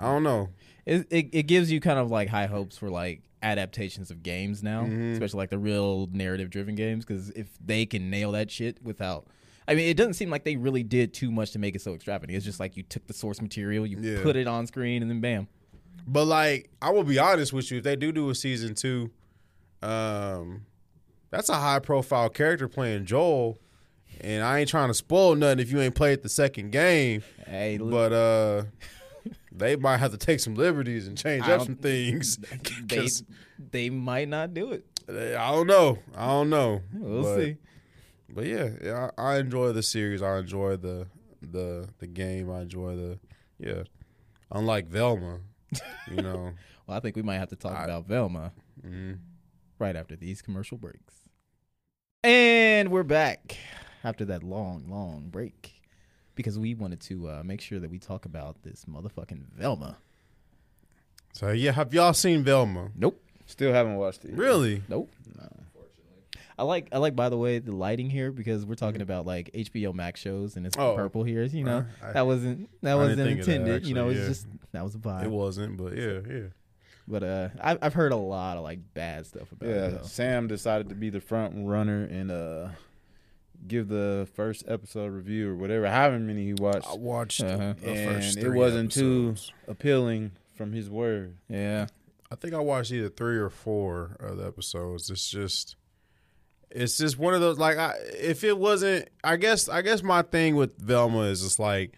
I don't know.
It, it it gives you kind of like high hopes for like adaptations of games now,
Mhm.
especially like the real narrative driven games. Because if they can nail that shit without, I mean, it doesn't seem like they really did too much to make it so extravagant. It's just like you took the source material, you
Yeah.
put it on screen, and then bam.
But like, I will be honest with you. If they do do a season two, um, that's a high profile character playing Joel, and I ain't trying to spoil nothing if you ain't played the second game.
Hey, look,
But uh, they might have to take some liberties and change
I
up
don't-
some things.
they
'Cause
they might not do it.
they- I don't know. I don't know.
We'll
but,
see.
But yeah, yeah, I, I enjoy the series. I enjoy the the the game. I enjoy the yeah. Unlike Velma, you know.
Well, I think we might have to talk
I-
about Velma
mm.
right after these commercial breaks. And we're back after that long, long break because we wanted to uh, make sure that we talk about this motherfucking Velma.
So yeah, have y'all seen Velma?
Nope,
Still haven't watched it.
Really?
nope. I like, I like. By the way, the lighting here because we're talking about like HBO Max shows and it's
Oh.
purple here. You know,
Uh, I-
that wasn't that
I didn't
wasn't
think of that,
intended. you know,
actually,
it's
yeah.
just that was a vibe.
It wasn't, but yeah, yeah.
But uh, I, I've heard a lot of like bad stuff about
Yeah.
it. Though.
Sam decided to be the front runner and uh, give the first episode review or whatever, however many he watched,
watched
Uh-huh.
and it wasn't too appealing from his word.
Yeah,
I think I watched either three or four of the episodes. It's just, it's just one of those. Like, I, if it wasn't, I guess, I guess my thing with Velma is just like,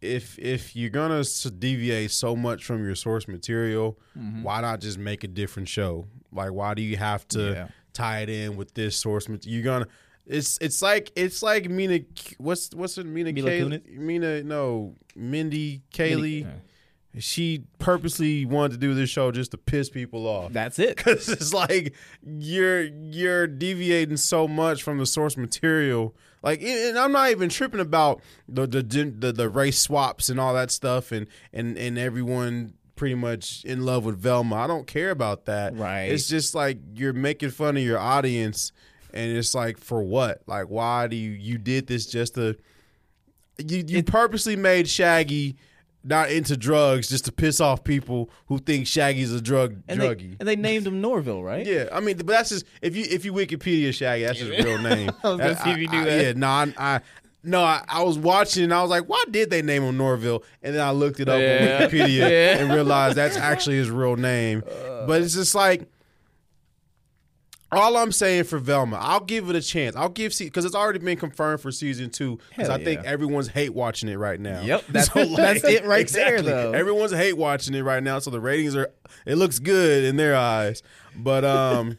if if you're gonna s- deviate so much from your source material,
Mm-hmm.
why not just make a different show? Like, why do you have to
Yeah.
tie it in with this source material? You're gonna. It's it's like it's like Mina. K- What's what's it Mina?
Mila
Kay-
Kunis?
Mina no Mindy Kaling.
Mindy-
She purposely wanted to do this show just to piss people off.
that's it.
Cause it's like you're you're deviating so much from the source material. Like, and- and I'm not even tripping about the the gen- the, the race swaps and all that stuff, and and and everyone pretty much in love with Velma. I don't care about that.
Right.
It's just like you're making fun of your audience, and it's like for what? Like, why do you you did this just to you you purposely made Shaggy not into drugs just to piss off people who think Shaggy's a drug
and they,
druggie.
and they named him Norville, right?
yeah, I mean, but that's just if you if you Wikipedia Shaggy, that's his real name.
I was gonna see if you knew
I-
that.
Yeah, no, I, I no, I, I was watching and I was like, why did they name him Norville? And then I looked it up
Yeah.
on Wikipedia
Yeah. Uh.
and realized that's actually his real name. but it's just like. All I'm saying for Velma, I'll give it a chance. I'll give because it's already been confirmed for season two. Because
Hell
I think
yeah.
everyone's hate watching it right now.
Yep, that's- that's it right there,
exactly.
though.
Everyone's hate watching it right now, so the ratings are. It looks good in their eyes, but um,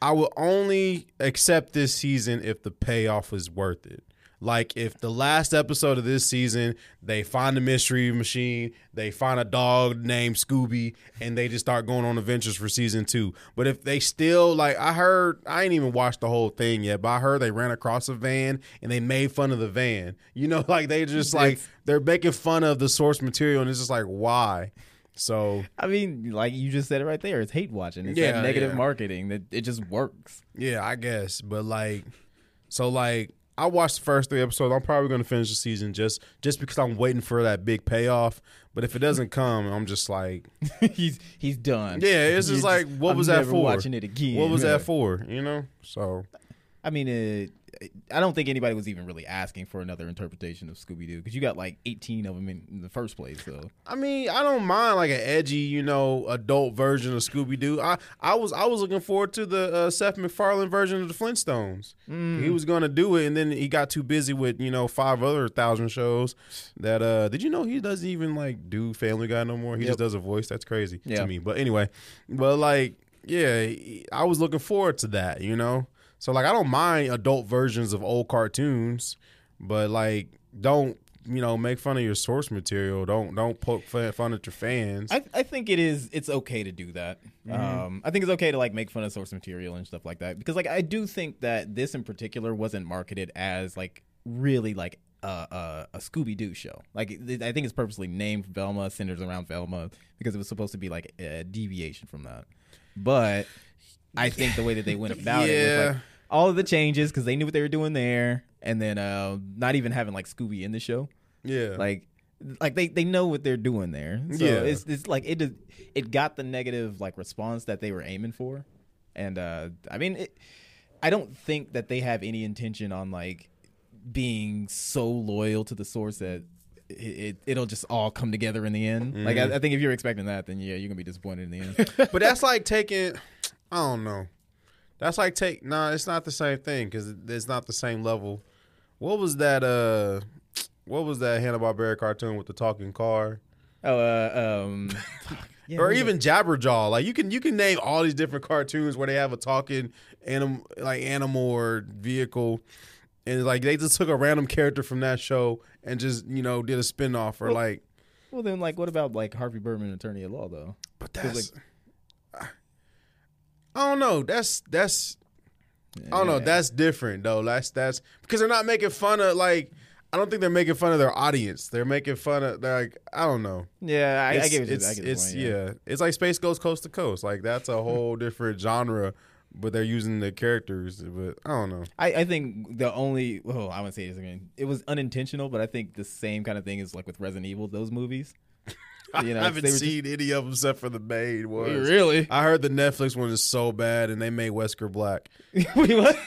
I will only accept this season if the payoff is worth it. Like if the last episode of this season, they find a mystery machine, they find a dog named Scooby, and they just start going on adventures for season two. But if they still like, I heard I ain't even watched the whole thing yet, but I heard they ran across a van and they made fun of the van. You know, like they just like they're making fun of the source material, and it's just like why. So
I mean, like you just said it right there. It's hate watching. It's
Yeah,
that negative
yeah.
marketing that it just works.
Yeah, I guess. But like, so like, I watched the first three episodes. I'm probably going to finish the season just just because I'm waiting for that big payoff. But if it doesn't come, I'm just like,
he's he's done.
yeah, it's just
He's-
like, what
I'm
was that
never
for?
Watching it again.
What was
Yeah.
that for? You know, so
I mean, it, I don't think anybody was even really asking for another interpretation of Scooby Doo because you got like 18 of them in, in the first place. So
I mean, I don't mind like an edgy, you know, adult version of Scooby Doo. I, I was I was looking forward to the uh, Seth MacFarlane version of the Flintstones. He was gonna do it, and then he got too busy with you know five other thousand shows. That uh, did you know he doesn't even like do Family Guy no more? He just does a voice. That's crazy
Yeah.
to me. But anyway, but like yeah, he- I was looking forward to that. You know, so like I don't mind adult versions of old cartoons but like don't you know make fun of your source material don't don't poke fa- fun at your fans
I, I think it is it's okay to do that. Um, I think it's okay to like make fun of source material and stuff like that because like I do think that this in particular wasn't marketed as like really like a Uh, a, a Scooby Doo show. Like it, I think it's purposely named Velma, centers around Velma because it was supposed to be like a deviation from that. But I think the way that they went about it was
Yeah.
like all of the changes because they knew what they were doing there, and then uh, not even having like Scooby in the show
yeah
like like they, they know what they're doing there so
Yeah.
it's, it's like it did- it got the negative like response that they were aiming for and uh i mean it, i don't think that they have any intention on like being so loyal to the source that it, it it'll just all come together in the end like I, I think if you're expecting that then yeah you're gonna be disappointed in the end
but that's like taking i don't know that's like take nah it's not the same thing because it's not the same level what was that uh what was that hanna-barbera cartoon with the talking car
oh uh, um fuck. Yeah,
or
what was
even Jabberjaw, like you can you can name all these different cartoons where they have a talking animal, like animal or vehicle, and like they just took a random character from that show and just you know did a spinoff or like
it? well then like what about like harvey birdman attorney at law though
But
'Cause,
that's I don't know. That's that's I don't know.
Yeah.
That's different though. That's that's because they're not making fun of like I don't think they're making fun of their audience. They're making fun of they're like I don't know.
yeah i, I
It's-
get what you- I
it's,
get the
it's
point,
yeah. It's like space goes coast to coast. Like that's a whole different genre, but they're using the characters. But I don't know.
I, I think the only well, I wouldn't say this again. It was unintentional, but I think the same kind of thing is like with Resident Evil, those movies. You know,
I haven't
they were just-
seen any of them except for the maid one.
Really?
I heard the Netflix one is so bad, and they made Wesker black.
Wait, what?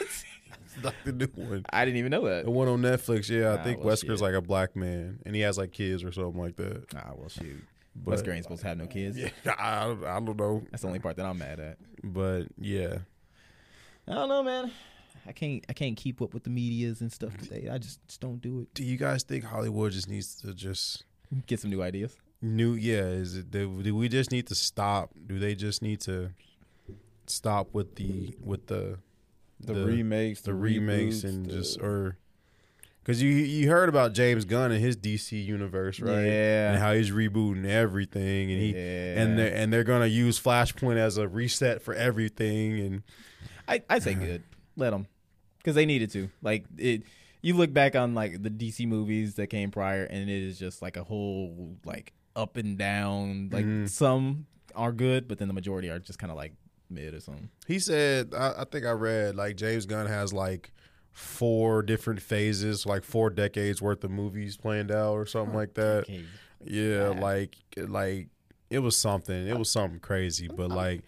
Like the new one.
I didn't even know that.
The one on Netflix, yeah, I
Ah,
think
well,
Wesker's
shit.
like a black man, and he has like kids or something like that.
Ah, well, shoot. West Green supposed to have no kids.
Yeah, I, I don't know,
That's the only part that I'm mad at.
but yeah,
I don't know, man. I can't. I can't keep up with the medias and stuff today. I just, just don't do it.
do you guys think Hollywood just needs to just
Get some new ideas.
new? Yeah, is it do, do we just need to stop? Do they just need to stop with the with the
The,
The-
remakes,
the remakes
reboots,
and
the-
just or because you you heard about James Gunn and his DC universe, right?
Yeah.
and how he's rebooting everything, and he and
Yeah.
they're and they're gonna use Flashpoint as a reset for everything, and
I, I say good. Let them, because they needed to. Like it, you look back on like the DC movies that came prior, and it is just like a whole like up and down. Like some are good, but then the majority are just kind of like mid or something.
he said I, I think I read like James Gunn has like four different phases, like four decades worth of movies planned out or something like that.
Okay.
Yeah, like like it was something, it was something crazy, but like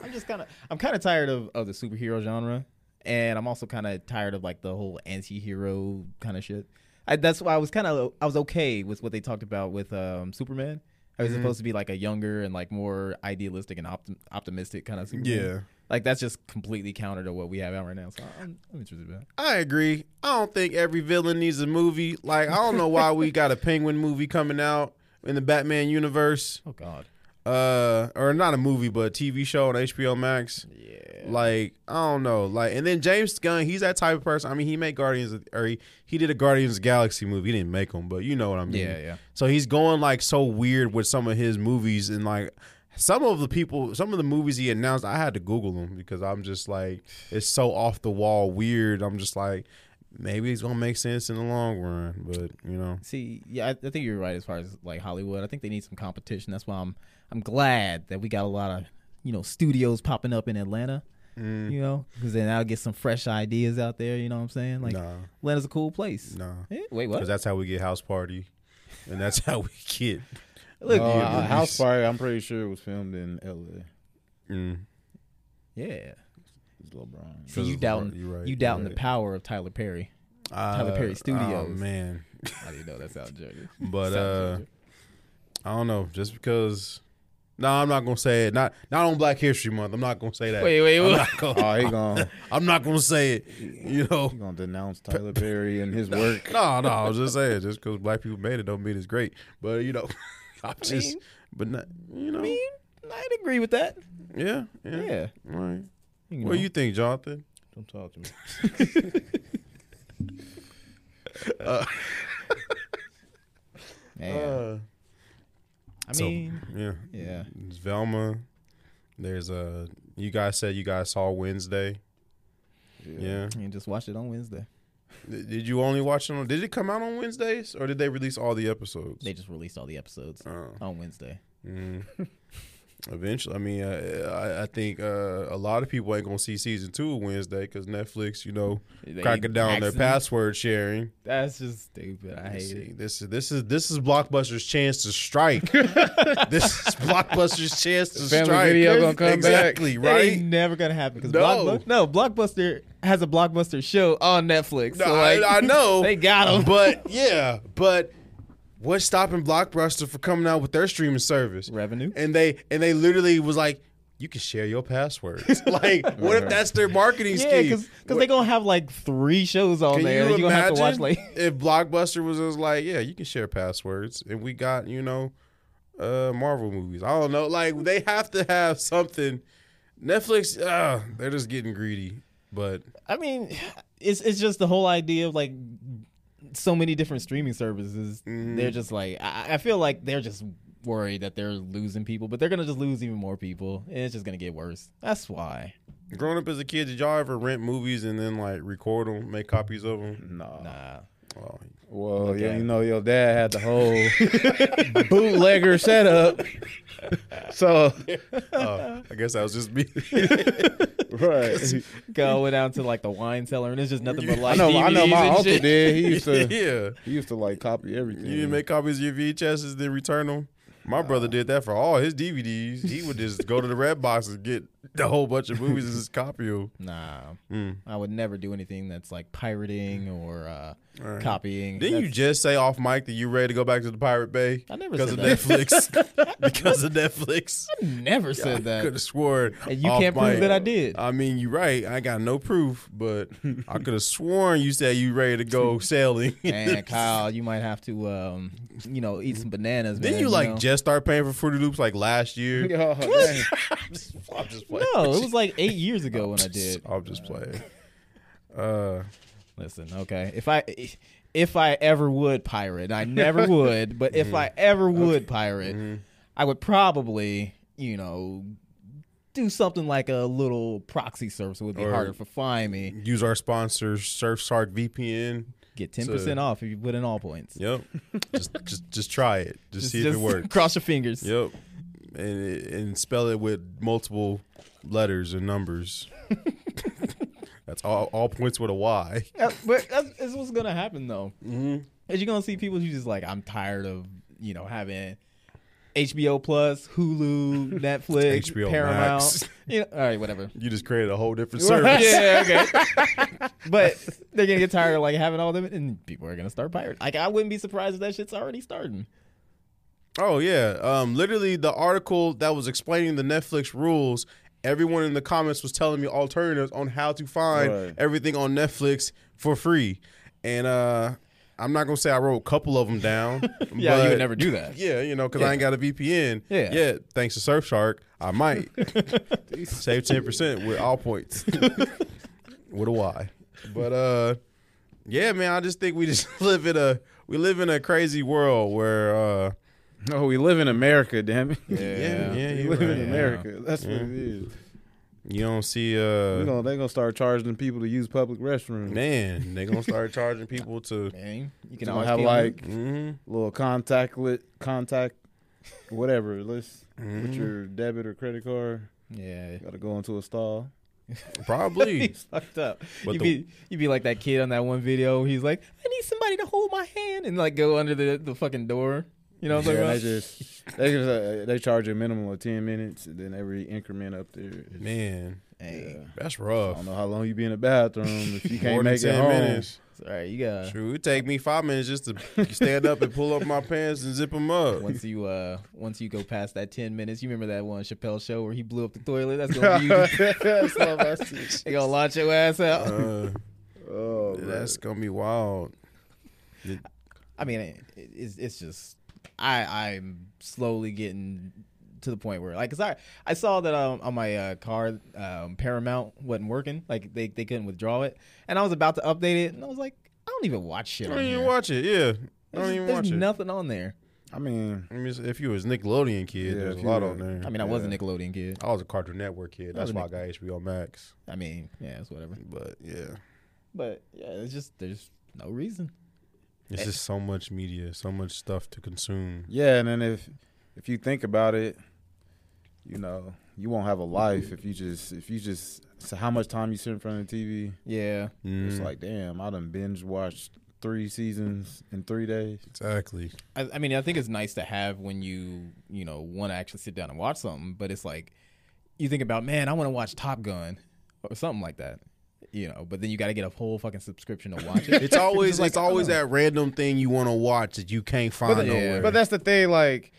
I'm just kind of I'm kind of tired of, of the superhero genre, and I'm also kind of tired of like the whole anti-hero kind of shit. I, that's why I was kind of I was okay with what they talked about with um, Superman. I was supposed to be like a younger and like more idealistic and optim- optimistic kind of Superman.
Yeah.
like that's just completely counter to what we have out right now. So I'm, I'm interested in that.
I agree. I don't think every villain needs a movie. Like I don't know why we got a penguin movie coming out in the Batman universe.
Oh God,
Uh or not a movie but a TV show on HBO Max.
yeah.
Like I don't know, like and then James Gunn, he's that type of person. I mean, he made Guardians of, or he, he did a Guardians of the Galaxy movie. He didn't make them, but you know what I mean.
Yeah, yeah.
So he's going like so weird with some of his movies and like some of the people, some of the movies he announced. I had to Google them because I'm just like it's so off the wall weird. I'm just like maybe it's gonna make sense in the long run, but you know,
See, yeah, I, I think you're right as far as like Hollywood. I think they need some competition. That's why I'm I'm glad that we got a lot of you know studios popping up in Atlanta
Mm.
you know, because then I'll get some fresh ideas out there. You know what I'm saying? Like,
Nah.
Atlanta's a cool place.
Nah.
Eh, wait,
Because
what?
that's how we get house party. And that's how we get.
Look,
Uh,
yeah,
House
movies.
Party, I'm pretty sure it was filmed in L.A.
Mm.
yeah.
It's LeBron.
See, you
You're
doubting
right,
you
you're
doubting
right.
the power of Tyler Perry.
Uh,
Perry
Oh,
Studios.
man.
I didn't know that's how joking.
But uh,
Sounds good.
I don't know. Just because. No, I'm not gonna say it. Not not on Black History Month. I'm not gonna say that.
Wait, wait,
I'm
wait.
not gonna,
Oh, he gonna
I'm not gonna say it. You know.
he gonna denounce Tyler Perry and his work.
No, no. I was just saying. Just because black people made it, don't mean it's great. But you know, I'm just.
mean-
But not. You know.
I mean, I'd agree with that.
Yeah. Yeah.
Yeah.
All right.
You
What
know.
do you think, Jonathan?
Don't talk to me.
Man,
Uh,
I
so-
mean,
yeah.
yeah.
It's Velma. There's a. You guys said you guys saw Wednesday. Yeah.
You just watch it on Wednesday.
Did did you only watch it on? Did it come out on Wednesdays, or did they release all the episodes?
They just released all the episodes
Oh.
on Wednesday.
Mm. Eventually, I mean, uh, I, I think uh, a lot of people ain't gonna see season two of Wednesday because Netflix, you know,
They
cracking down on their
accident-
password sharing.
That's just stupid. I
Let's
hate
see,
it.
This is this is this is Blockbuster's chance to strike. this is Blockbuster's chance to
Family
strike.
Video gonna come back.
exactly
That ain't
right.
never gonna happen because
No.
Blockbuster, no, Blockbuster has a Blockbuster show on Netflix.
No,
so like,
I, I know
they got him.
but yeah, but what's stopping Blockbuster for coming out with their streaming service?
Revenue.
and they and they literally was like, "You can share your passwords." like, what if that's their marketing
Yeah,
scheme?
because they're gonna have like three shows on
can
there.
you
that gonna have
imagine
to watch like
if Blockbuster was just like, "Yeah, you can share passwords," and we got you know, uh, Marvel movies. I don't know. Like, they have to have something. Netflix, uh, they're just getting greedy. But
I mean, it's it's just the whole idea of like so many different streaming services.
Mm-hmm.
They're just like I, I feel like they're just worried that they're losing people, but they're gonna just lose even more people, and it's just gonna get worse. That's why.
growing up as a kid, did y'all ever rent movies and then like record them, make copies of them?
No.
Nah,
Oh,
Well, yeah,
at
you
it.
know your dad had the whole bootlegger setup. So
oh, I guess that was just me.
right.
going down to like the wine cellar, and it's just nothing but
I
like
know I know
DVDs
my
and
uncle
shit.
did. He used to
yeah.
he used to like copy everything.
You didn't make copies of your VHSs, then return them. My brother did that for all his DVDs. He would just go to the red box and get a whole bunch of movies and just copy them.
Nah,
Mm.
I would never do anything that's like pirating or uh,
right.
copying.
Didn't you
That's-
just say off mic that you ready to go back to the Pirate Bay?
I never
because of
said that.
Netflix. because of Netflix.
never said
I could
that.
have sworn.
And you
off
can't prove
mic.
that I did.
I mean, you're right. I got no proof, but I could have sworn you said you ready to go sailing.
And Kyle, you might have to, um, you know, eat some bananas.
Didn't
man,
you like
know?
just start paying for Fruity Loops like last year?
Oh, dang.
I'm just- I'm just playing.
No, it was like eight years ago when I did.
I'm just playing. Uh,
Listen, okay. If I if I ever would pirate, I never would, but if I ever would pirate, I would probably, you know, do something like a little proxy service. It would be
Or-
harder for find me.
use our sponsor, Surfshark VPN.
Get ten percent
So-
off if you put in all points.
Yep. just, just, just try it. Just,
Just-
see if
just
it works.
Cross your fingers.
Yep. And it- and spell it with multiple letters and numbers. That's all. All points with a Y.
Uh, But that's, that's what's gonna happen though. Mm-hmm. Is you're gonna see people who just like I'm tired of you know having HBO Plus, Hulu, Netflix,
HBO
Paramount.
Max.
You know, all right, whatever.
You just created a whole different service.
yeah, okay. but they're gonna get tired of like having all them, and people are gonna start pirating. Like I wouldn't be surprised if that shit's already starting.
Oh yeah. Um literally the article that was explaining the Netflix rules, everyone in the comments was telling me alternatives on how to find
Right.
everything on Netflix for free. And uh I'm not gonna say I wrote a couple of them down.
Yeah, you
but-
would never do that.
Yeah, you know, because I ain't got a VPN.
Yeah.
Yeah, thanks to Surfshark, I might save ten percent with all points. with a Y. But uh yeah, man, I just think we just live in a we live in a crazy world where uh
No, Oh, we live in America, damn it.
yeah, yeah,
we
you're
live
right.
in America. That's what it is.
You don't see
You
uh
know, they're gonna start charging people to use public restrooms.
man, they gonna start charging people to
Man, you
You
can
know,
always
have
pay
like
Mhm.
little contact lit contact
mm-hmm.
whatever list with your debit or credit card.
on- yeah,
You gotta go into a stall.
Probably.
He's fucked up.
But
you'd,
the-
be, you'd be like that kid on that one video. He's like, I need somebody to hold my hand and like go under the, the fucking door. You know what I'm
Yeah, they
talking about?
just they just uh, they charge a minimum of ten minutes, and then every increment up there. Is,
Man,
Hey,
that's
I
rough.
don't know how long you be in the bathroom if you
More than
can't make it home.
sorry, you got
True, it take me five minutes just to stand up and pull up my pants and zip them up.
once you uh once you go past that ten minutes, you remember that one Chappelle show where he blew up the toilet? That's gonna be you.
That's all I see.
they gonna launch your ass out.
Uh,
Oh, man.
that's gonna be wild.
I mean, it, it's it's just I I'm slowly getting to the point where like 'cause I I saw that um, on my uh, card um, Paramount wasn't working, like they they couldn't withdraw it, and I was about to update it, and I was like, I don't even watch shit.
I
On
don't even
here.
watch it. Yeah, I
There's-
don't even
there's
watch it.
nothing on there.
I mean,
I mean, if you was Nickelodeon kid,
Yeah,
there's a
if you
lot
were-
on there.
I mean, I was a Nickelodeon kid.
I was a Cartoon Network kid.
I was
That's
a
why I got HBO Max.
I mean, yeah, it's whatever.
But yeah,
But yeah, it's just there's no reason.
it's just so much media, so much stuff to consume.
yeah, and then if if you think about it, you know, you won't have a life if you just if you just so how much time you sit in front of the TV.
Yeah,
It's
Mm,
like, damn, I done binge watched three seasons in three days.
exactly.
I, I mean, I think it's nice to have when you you know want to actually sit down and watch something, but it's like you think about, man, I want to watch Top Gun or something like that, you know. But then you got to get a whole fucking subscription to watch it.
It's always it's uh, always that random thing you want to watch that you can't find
the- yeah,
nowhere.
But that's the thing, like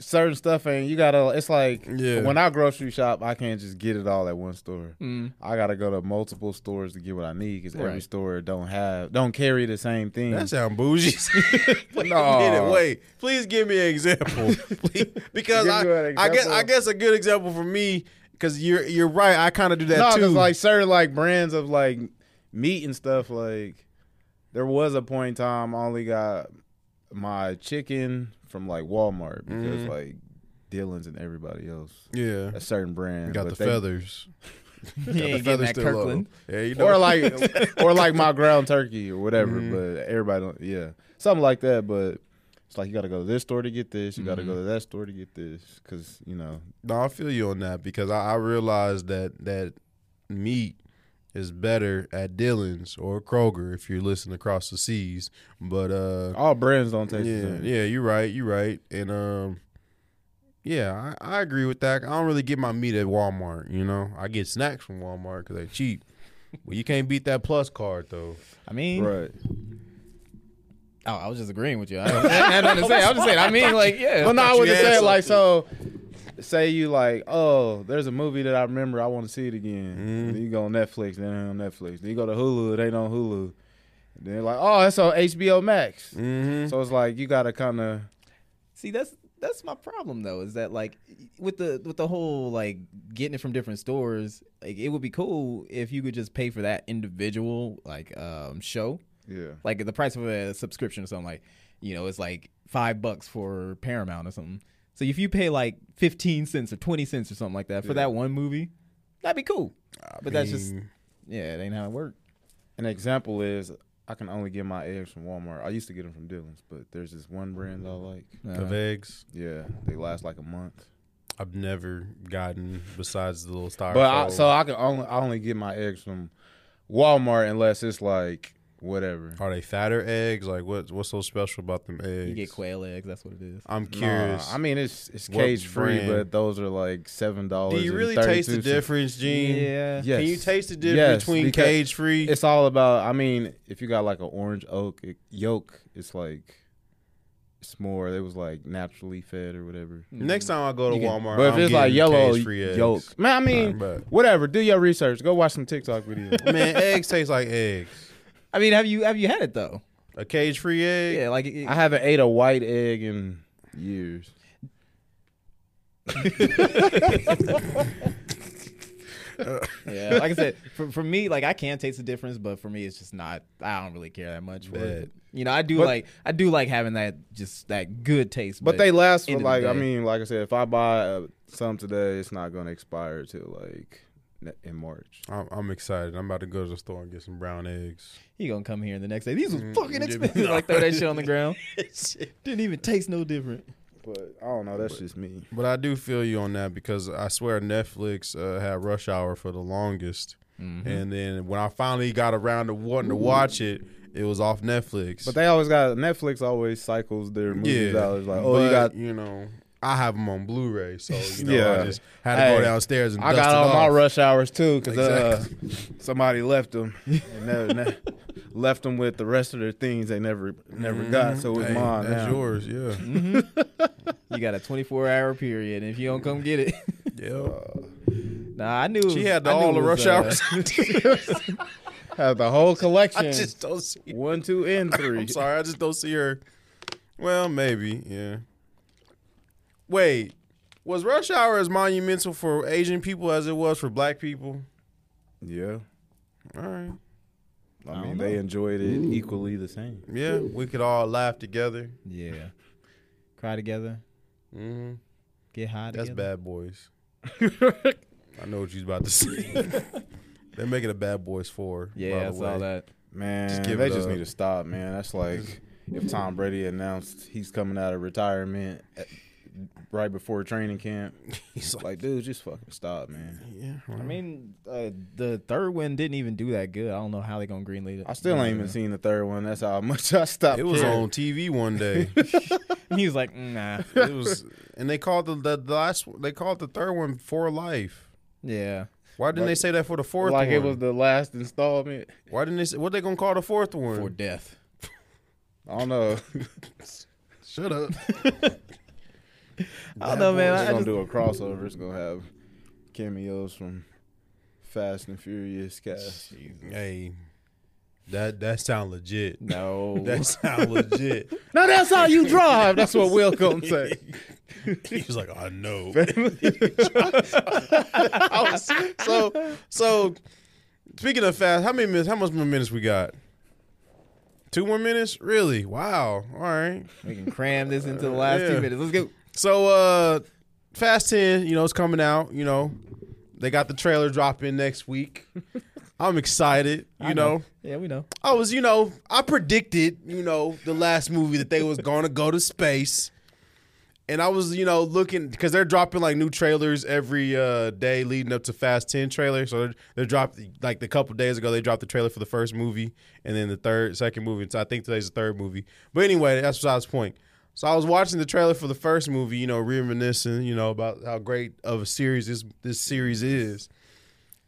certain stuff, and you gotta. It's like
Yeah.
when I grocery shop, I can't just get it all at one store.
Mm.
I gotta go to multiple stores to get what I need because every
Right.
store don't have don't carry the same thing.
That sound bougie. wait,
No.
a minute, wait. Please give me an example, Please. because
Give
I,
you an
I guess
example.
I guess a good example for me because you're you're right. I kind of do that
no,
too.
because like certain like brands of like meat and stuff. Like there was a point in time I only got my chicken from like Walmart because
Mhm.
like Dylan's and everybody else
yeah,
a certain brand
got
but
the
they-
feathers.
You ain't getting that
low.
Kirkland.
Yeah, you know.
or like or like my ground turkey or whatever.
Mm-hmm.
But everybody, don't, yeah, something like that. But it's like you got to go to this store to get this. You got
Mm-hmm.
to go to that store to get this because you know.
No, I feel you on that because I, I realize that that meat is better at Dillon's or Kroger if you're listening across the seas. But uh
All brands don't taste the
yeah,
same.
yeah, you're right, you're right. And um yeah, I, I agree with that. I don't really get my meat at Walmart, you know. I get snacks from Walmart cuz they're cheap. Well, you can't beat that plus card though.
I mean,
Right.
oh, I was just agreeing with you. I, don't- I had nothing to say. I was just saying. I mean, like, yeah.
Well, no, I
you
was just
had
saying like so. Say you like, oh, there's a movie that I remember. I want to see it again.
Mhm.
Then you go on Netflix, then it ain't on Netflix. Then you go to Hulu, it ain't on Hulu. Then like, oh, it's on HBO Max.
Mhm.
So it's like you gotta kind of
See, that's that's my problem though, is that like with the with the whole like getting it from different stores, like it would be cool if you could just pay for that individual like um show.
yeah.
Like the price of a subscription or something like, you know, it's like five bucks for Paramount or something. So if you pay like fifteen cents or twenty cents or something like that for that one movie, that'd be cool. but that's just
mean-
yeah, it ain't how it worked.
an example is I can only get my eggs from Walmart. I used to get them from Dillon's, but there's this one brand I like.
Uh,
Of eggs,
Yeah, they last like a month.
I've never gotten besides the little styrofoam.
But I, so I can only I only get my eggs from Walmart unless it's like whatever.
are they fatter eggs? Like what? What's so special about them eggs?
you get quail eggs, that's what it is.
I'm curious.
Nah, I mean it's it's
What
cage free,
brand?
but those are like seven dollars.
Do you really taste the difference, Gene?
Yeah.
Yes.
Can you taste the
Yes,
difference between
because
cage free?
It's all about. I mean, if you got like an orange oak it, yolk, it's like it's more. It was like naturally fed or whatever.
Next time I go to
You can-
Walmart,
But if
I'm
it's like
getting
yellow
cage-free eggs.
yolk, man, I mean,
But-
whatever. Do your research. Go watch some TikTok videos.
man, eggs taste like eggs.
I mean, have you have you had it though?
A cage free egg.
Yeah, like it,
I haven't ate a white egg in years.
Yeah, like I said, for, for me, like I can taste the difference, but for me, it's just not. I don't really care that much. For
Bet.
it. You know, I do
But-
like I do like having that just that good taste.
But, they last
end
for
of the
like. I
day-
mean, like I said, if I buy uh, some today, it's not going to expire till like ne- in March.
I'm, I'm excited. I'm about to go to the store and get some brown eggs.
he gonna come Mm, here the next day. These was fucking
give me-
expensive. like throw that shit on the ground. Didn't even taste no different.
But I don't know. That's just me.
But I do feel you on that because I swear Netflix uh, had Rush Hour for the longest,
Mm-hmm.
and then when I finally got around to wanting to watch it, it was off Netflix.
But they always got Netflix. Always cycles their movies out. It's like, oh,
but,
you got.
you know. I have them on Blu-ray, so you know,
Yeah.
I just had to
Hey,
go downstairs and
I
dust
got
it
all my
off.
rush hours too, because uh, somebody left them, and never, ne- left them with the rest of their things they never never got. So it's
Mm-hmm. Hey,
mine
that's
now.
yours, yeah.
You got a 24 hour period. And if you don't come get it,
yeah.
nah, I knew.
She had
I knew
all
it
the
was,
rush
uh,
hours.
Have the whole collection.
I just don't see.
One, two, and three.
I'm sorry, I just don't see her. Well, maybe, yeah. Wait, was Rush Hour as monumental for Asian people as it was for Black people?
Yeah,
All right,
I, mean they enjoyed it equally the same.
yeah, we could all laugh together.
Yeah. Cry together.
hmm
Get high
That's
together.
Bad Boys. I know what you was about to say. They're making a Bad Boys four. by
Yeah, I
the
saw
way.
that.
Man,
Just give
they
it
just
up.
need to stop, man. That's like if Tom Brady announced he's coming out of retirement at- right before training camp.
He's like,
Like, dude, just fucking stop, man.
yeah.
I mean, uh, the third win didn't even do that good. I don't know how they gonna greenlight it.
I still ain't even seen the third one. That's how much I stopped.
It was
caring.
on TV one day.
He was like, nah,
it was, and they called the, the, the last. They called the third one for life.
yeah.
Why didn't they say that for the fourth?
like
one?
it was the last installment.
Why didn't they? Say, what they gonna call the fourth one?
For death.
I don't know.
Shut up.
I don't know, man.
It's
I
gonna
just,
do a crossover. It's gonna have cameos from Fast and Furious cast.
hey, that that sound legit.
no.
That sound legit.
Now that's how you drive. That's what Wilcom say.
He was like, I know. I was- so so speaking of fast, how many minutes? How much more minutes we got? Two more minutes? Really? Wow. All right.
we can cram this into the last
Yeah.
two minutes. Let's go.
So uh Fast 10, you know, it's coming out, you know. They got the trailer dropping next week. I'm excited, you know.
Yeah, we know.
I was, you know, I predicted, you know, the last movie that they was going to go to space. And I was, you know, looking because they're dropping like new trailers every uh, day leading up to Fast Ten trailer. So they're, they're dropped like the couple days ago they dropped the trailer for the first movie and then the third, second movie. So I think today's the third movie. But anyway, that's besides the point. So I was watching the trailer for the first movie, you know, reminiscing, you know, about how great of a series this this series is.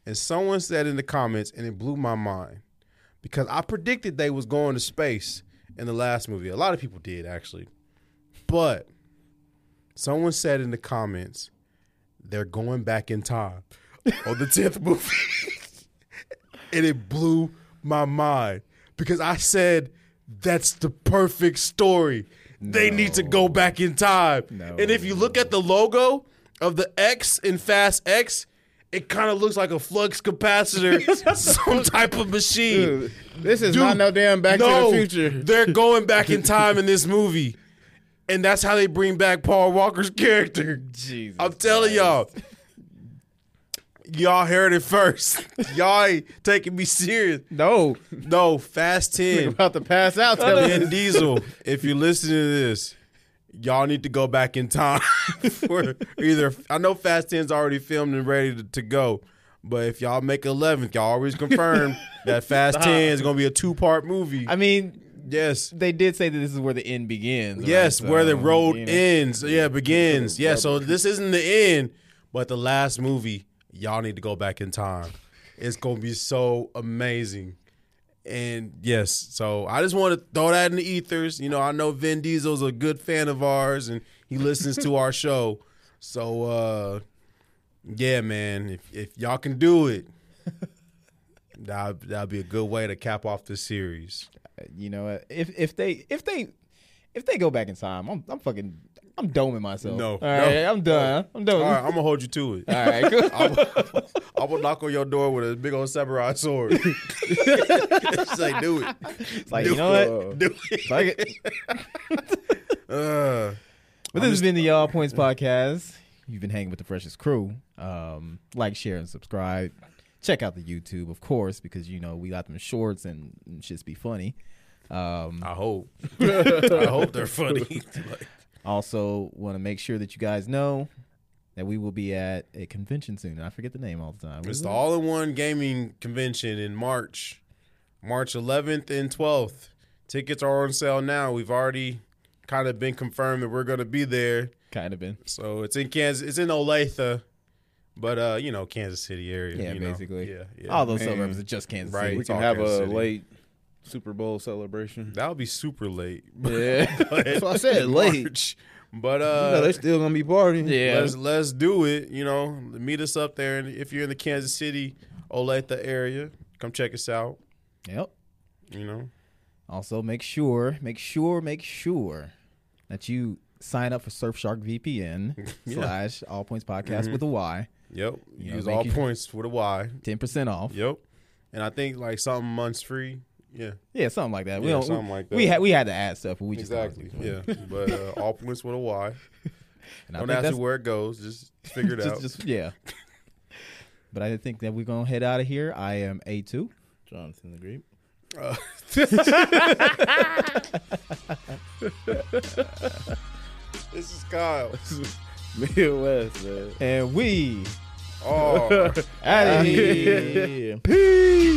And someone said in the comments, and it blew my mind because I predicted they was going to space in the last movie. A lot of people did actually, but someone said in the comments they're going back in time on the tenth movie, and it blew my mind because I said that's the perfect story. They need to go back in time, and if you look at the logo of the X in Fast X. It kind of looks like a flux capacitor, some type of machine.
This is not no damn Back
No,
to the Future.
They're going back in time in this movie. And that's how they bring back Paul Walker's character.
Jesus.
I'm telling y'all. Y'all heard it first. Y'all ain't taking me serious.
No.
No, Fast 10.
About to pass out. telling
Vin Diesel, if you listen to this, y'all need to go back in time for either. I know Fast 10's already filmed and ready to, to go, but if y'all make 11th, y'all always confirm that Fast 10 is going to be a two part movie.
I mean,
yes.
they did say that this is where the end begins. right?
Yes, where the
So,
road
you know.
ends. Yeah, begins. Yeah, so this isn't the end, but the last movie, y'all need to go back in time. It's going to be so amazing. And yes, so I just want to throw that in the ethers. You know, I know Vin Diesel's a good fan of ours and he listens to our show. So uh yeah, man, if if y'all can do it, that that'd be a good way to cap off the series.
You know, what? if if they if they if they go back in time, I'm I'm fucking I'm doming myself.
No.
All right, I'm done. I'm done.
All right, I'm gonna hold you to it.
All right, cool.
I will, I will knock on your door with a big old samurai sword. Say, do it.
It's like you know what?
Do it.
Fuck it.
Uh,
But this has been the Y'all Points Podcast. You've been hanging with the freshest crew. Um, like, share, and subscribe. Check out the YouTube, of course, because you know we got them shorts and, and shits be funny. Um,
I hope. I hope they're funny. Like,
Also, want to make sure that you guys know that we will be at a convention soon. I forget the name all the time. What
It's
is
the
it?
All in One Gaming Convention in March, March 11th and 12th. Tickets are on sale now. We've already kind of been confirmed that we're going to be there.
kind of been.
So it's in Kansas. It's in Olathe, but uh, you know Kansas City area.
Yeah,
you know.
basically.
Yeah, yeah.
all those
man.
suburbs are just Kansas
Right.
City.
we
it's
can
all
have
Kansas
a
City.
late Super Bowl celebration.
that would be super late.
Yeah, that's what I said.
In
Late.
March. But
no,
uh,
they're still gonna be partying.
let's let's do it. You know, meet us up there, and if you're in the Kansas City Olathe area, come check us out.
Yep.
You know,
Also, make sure, make sure, make sure that you sign up for Surfshark VPN
Yeah. Mm-hmm.
slash All Points Podcast with a Y,
yep.
You know,
Use
thank
all
you.
points with a Y.
ten percent off.
Yep. And I think like something months free. Yeah.
Yeah, something like that. we
Yeah,
don't.
something like that.
We had we had to add stuff, but we just
Exactly. Yeah. but uh, all points with a Y.
And I
Don't
think
ask me
that's-
where it goes. Just figure it
just,
out.
just- yeah. but I think that we're gonna head out of here. I am a two.
Jonathan the Greek.
this is Kyle.
Midwest, man.
And we
Oh.
out of here.
Yeah.
Peace.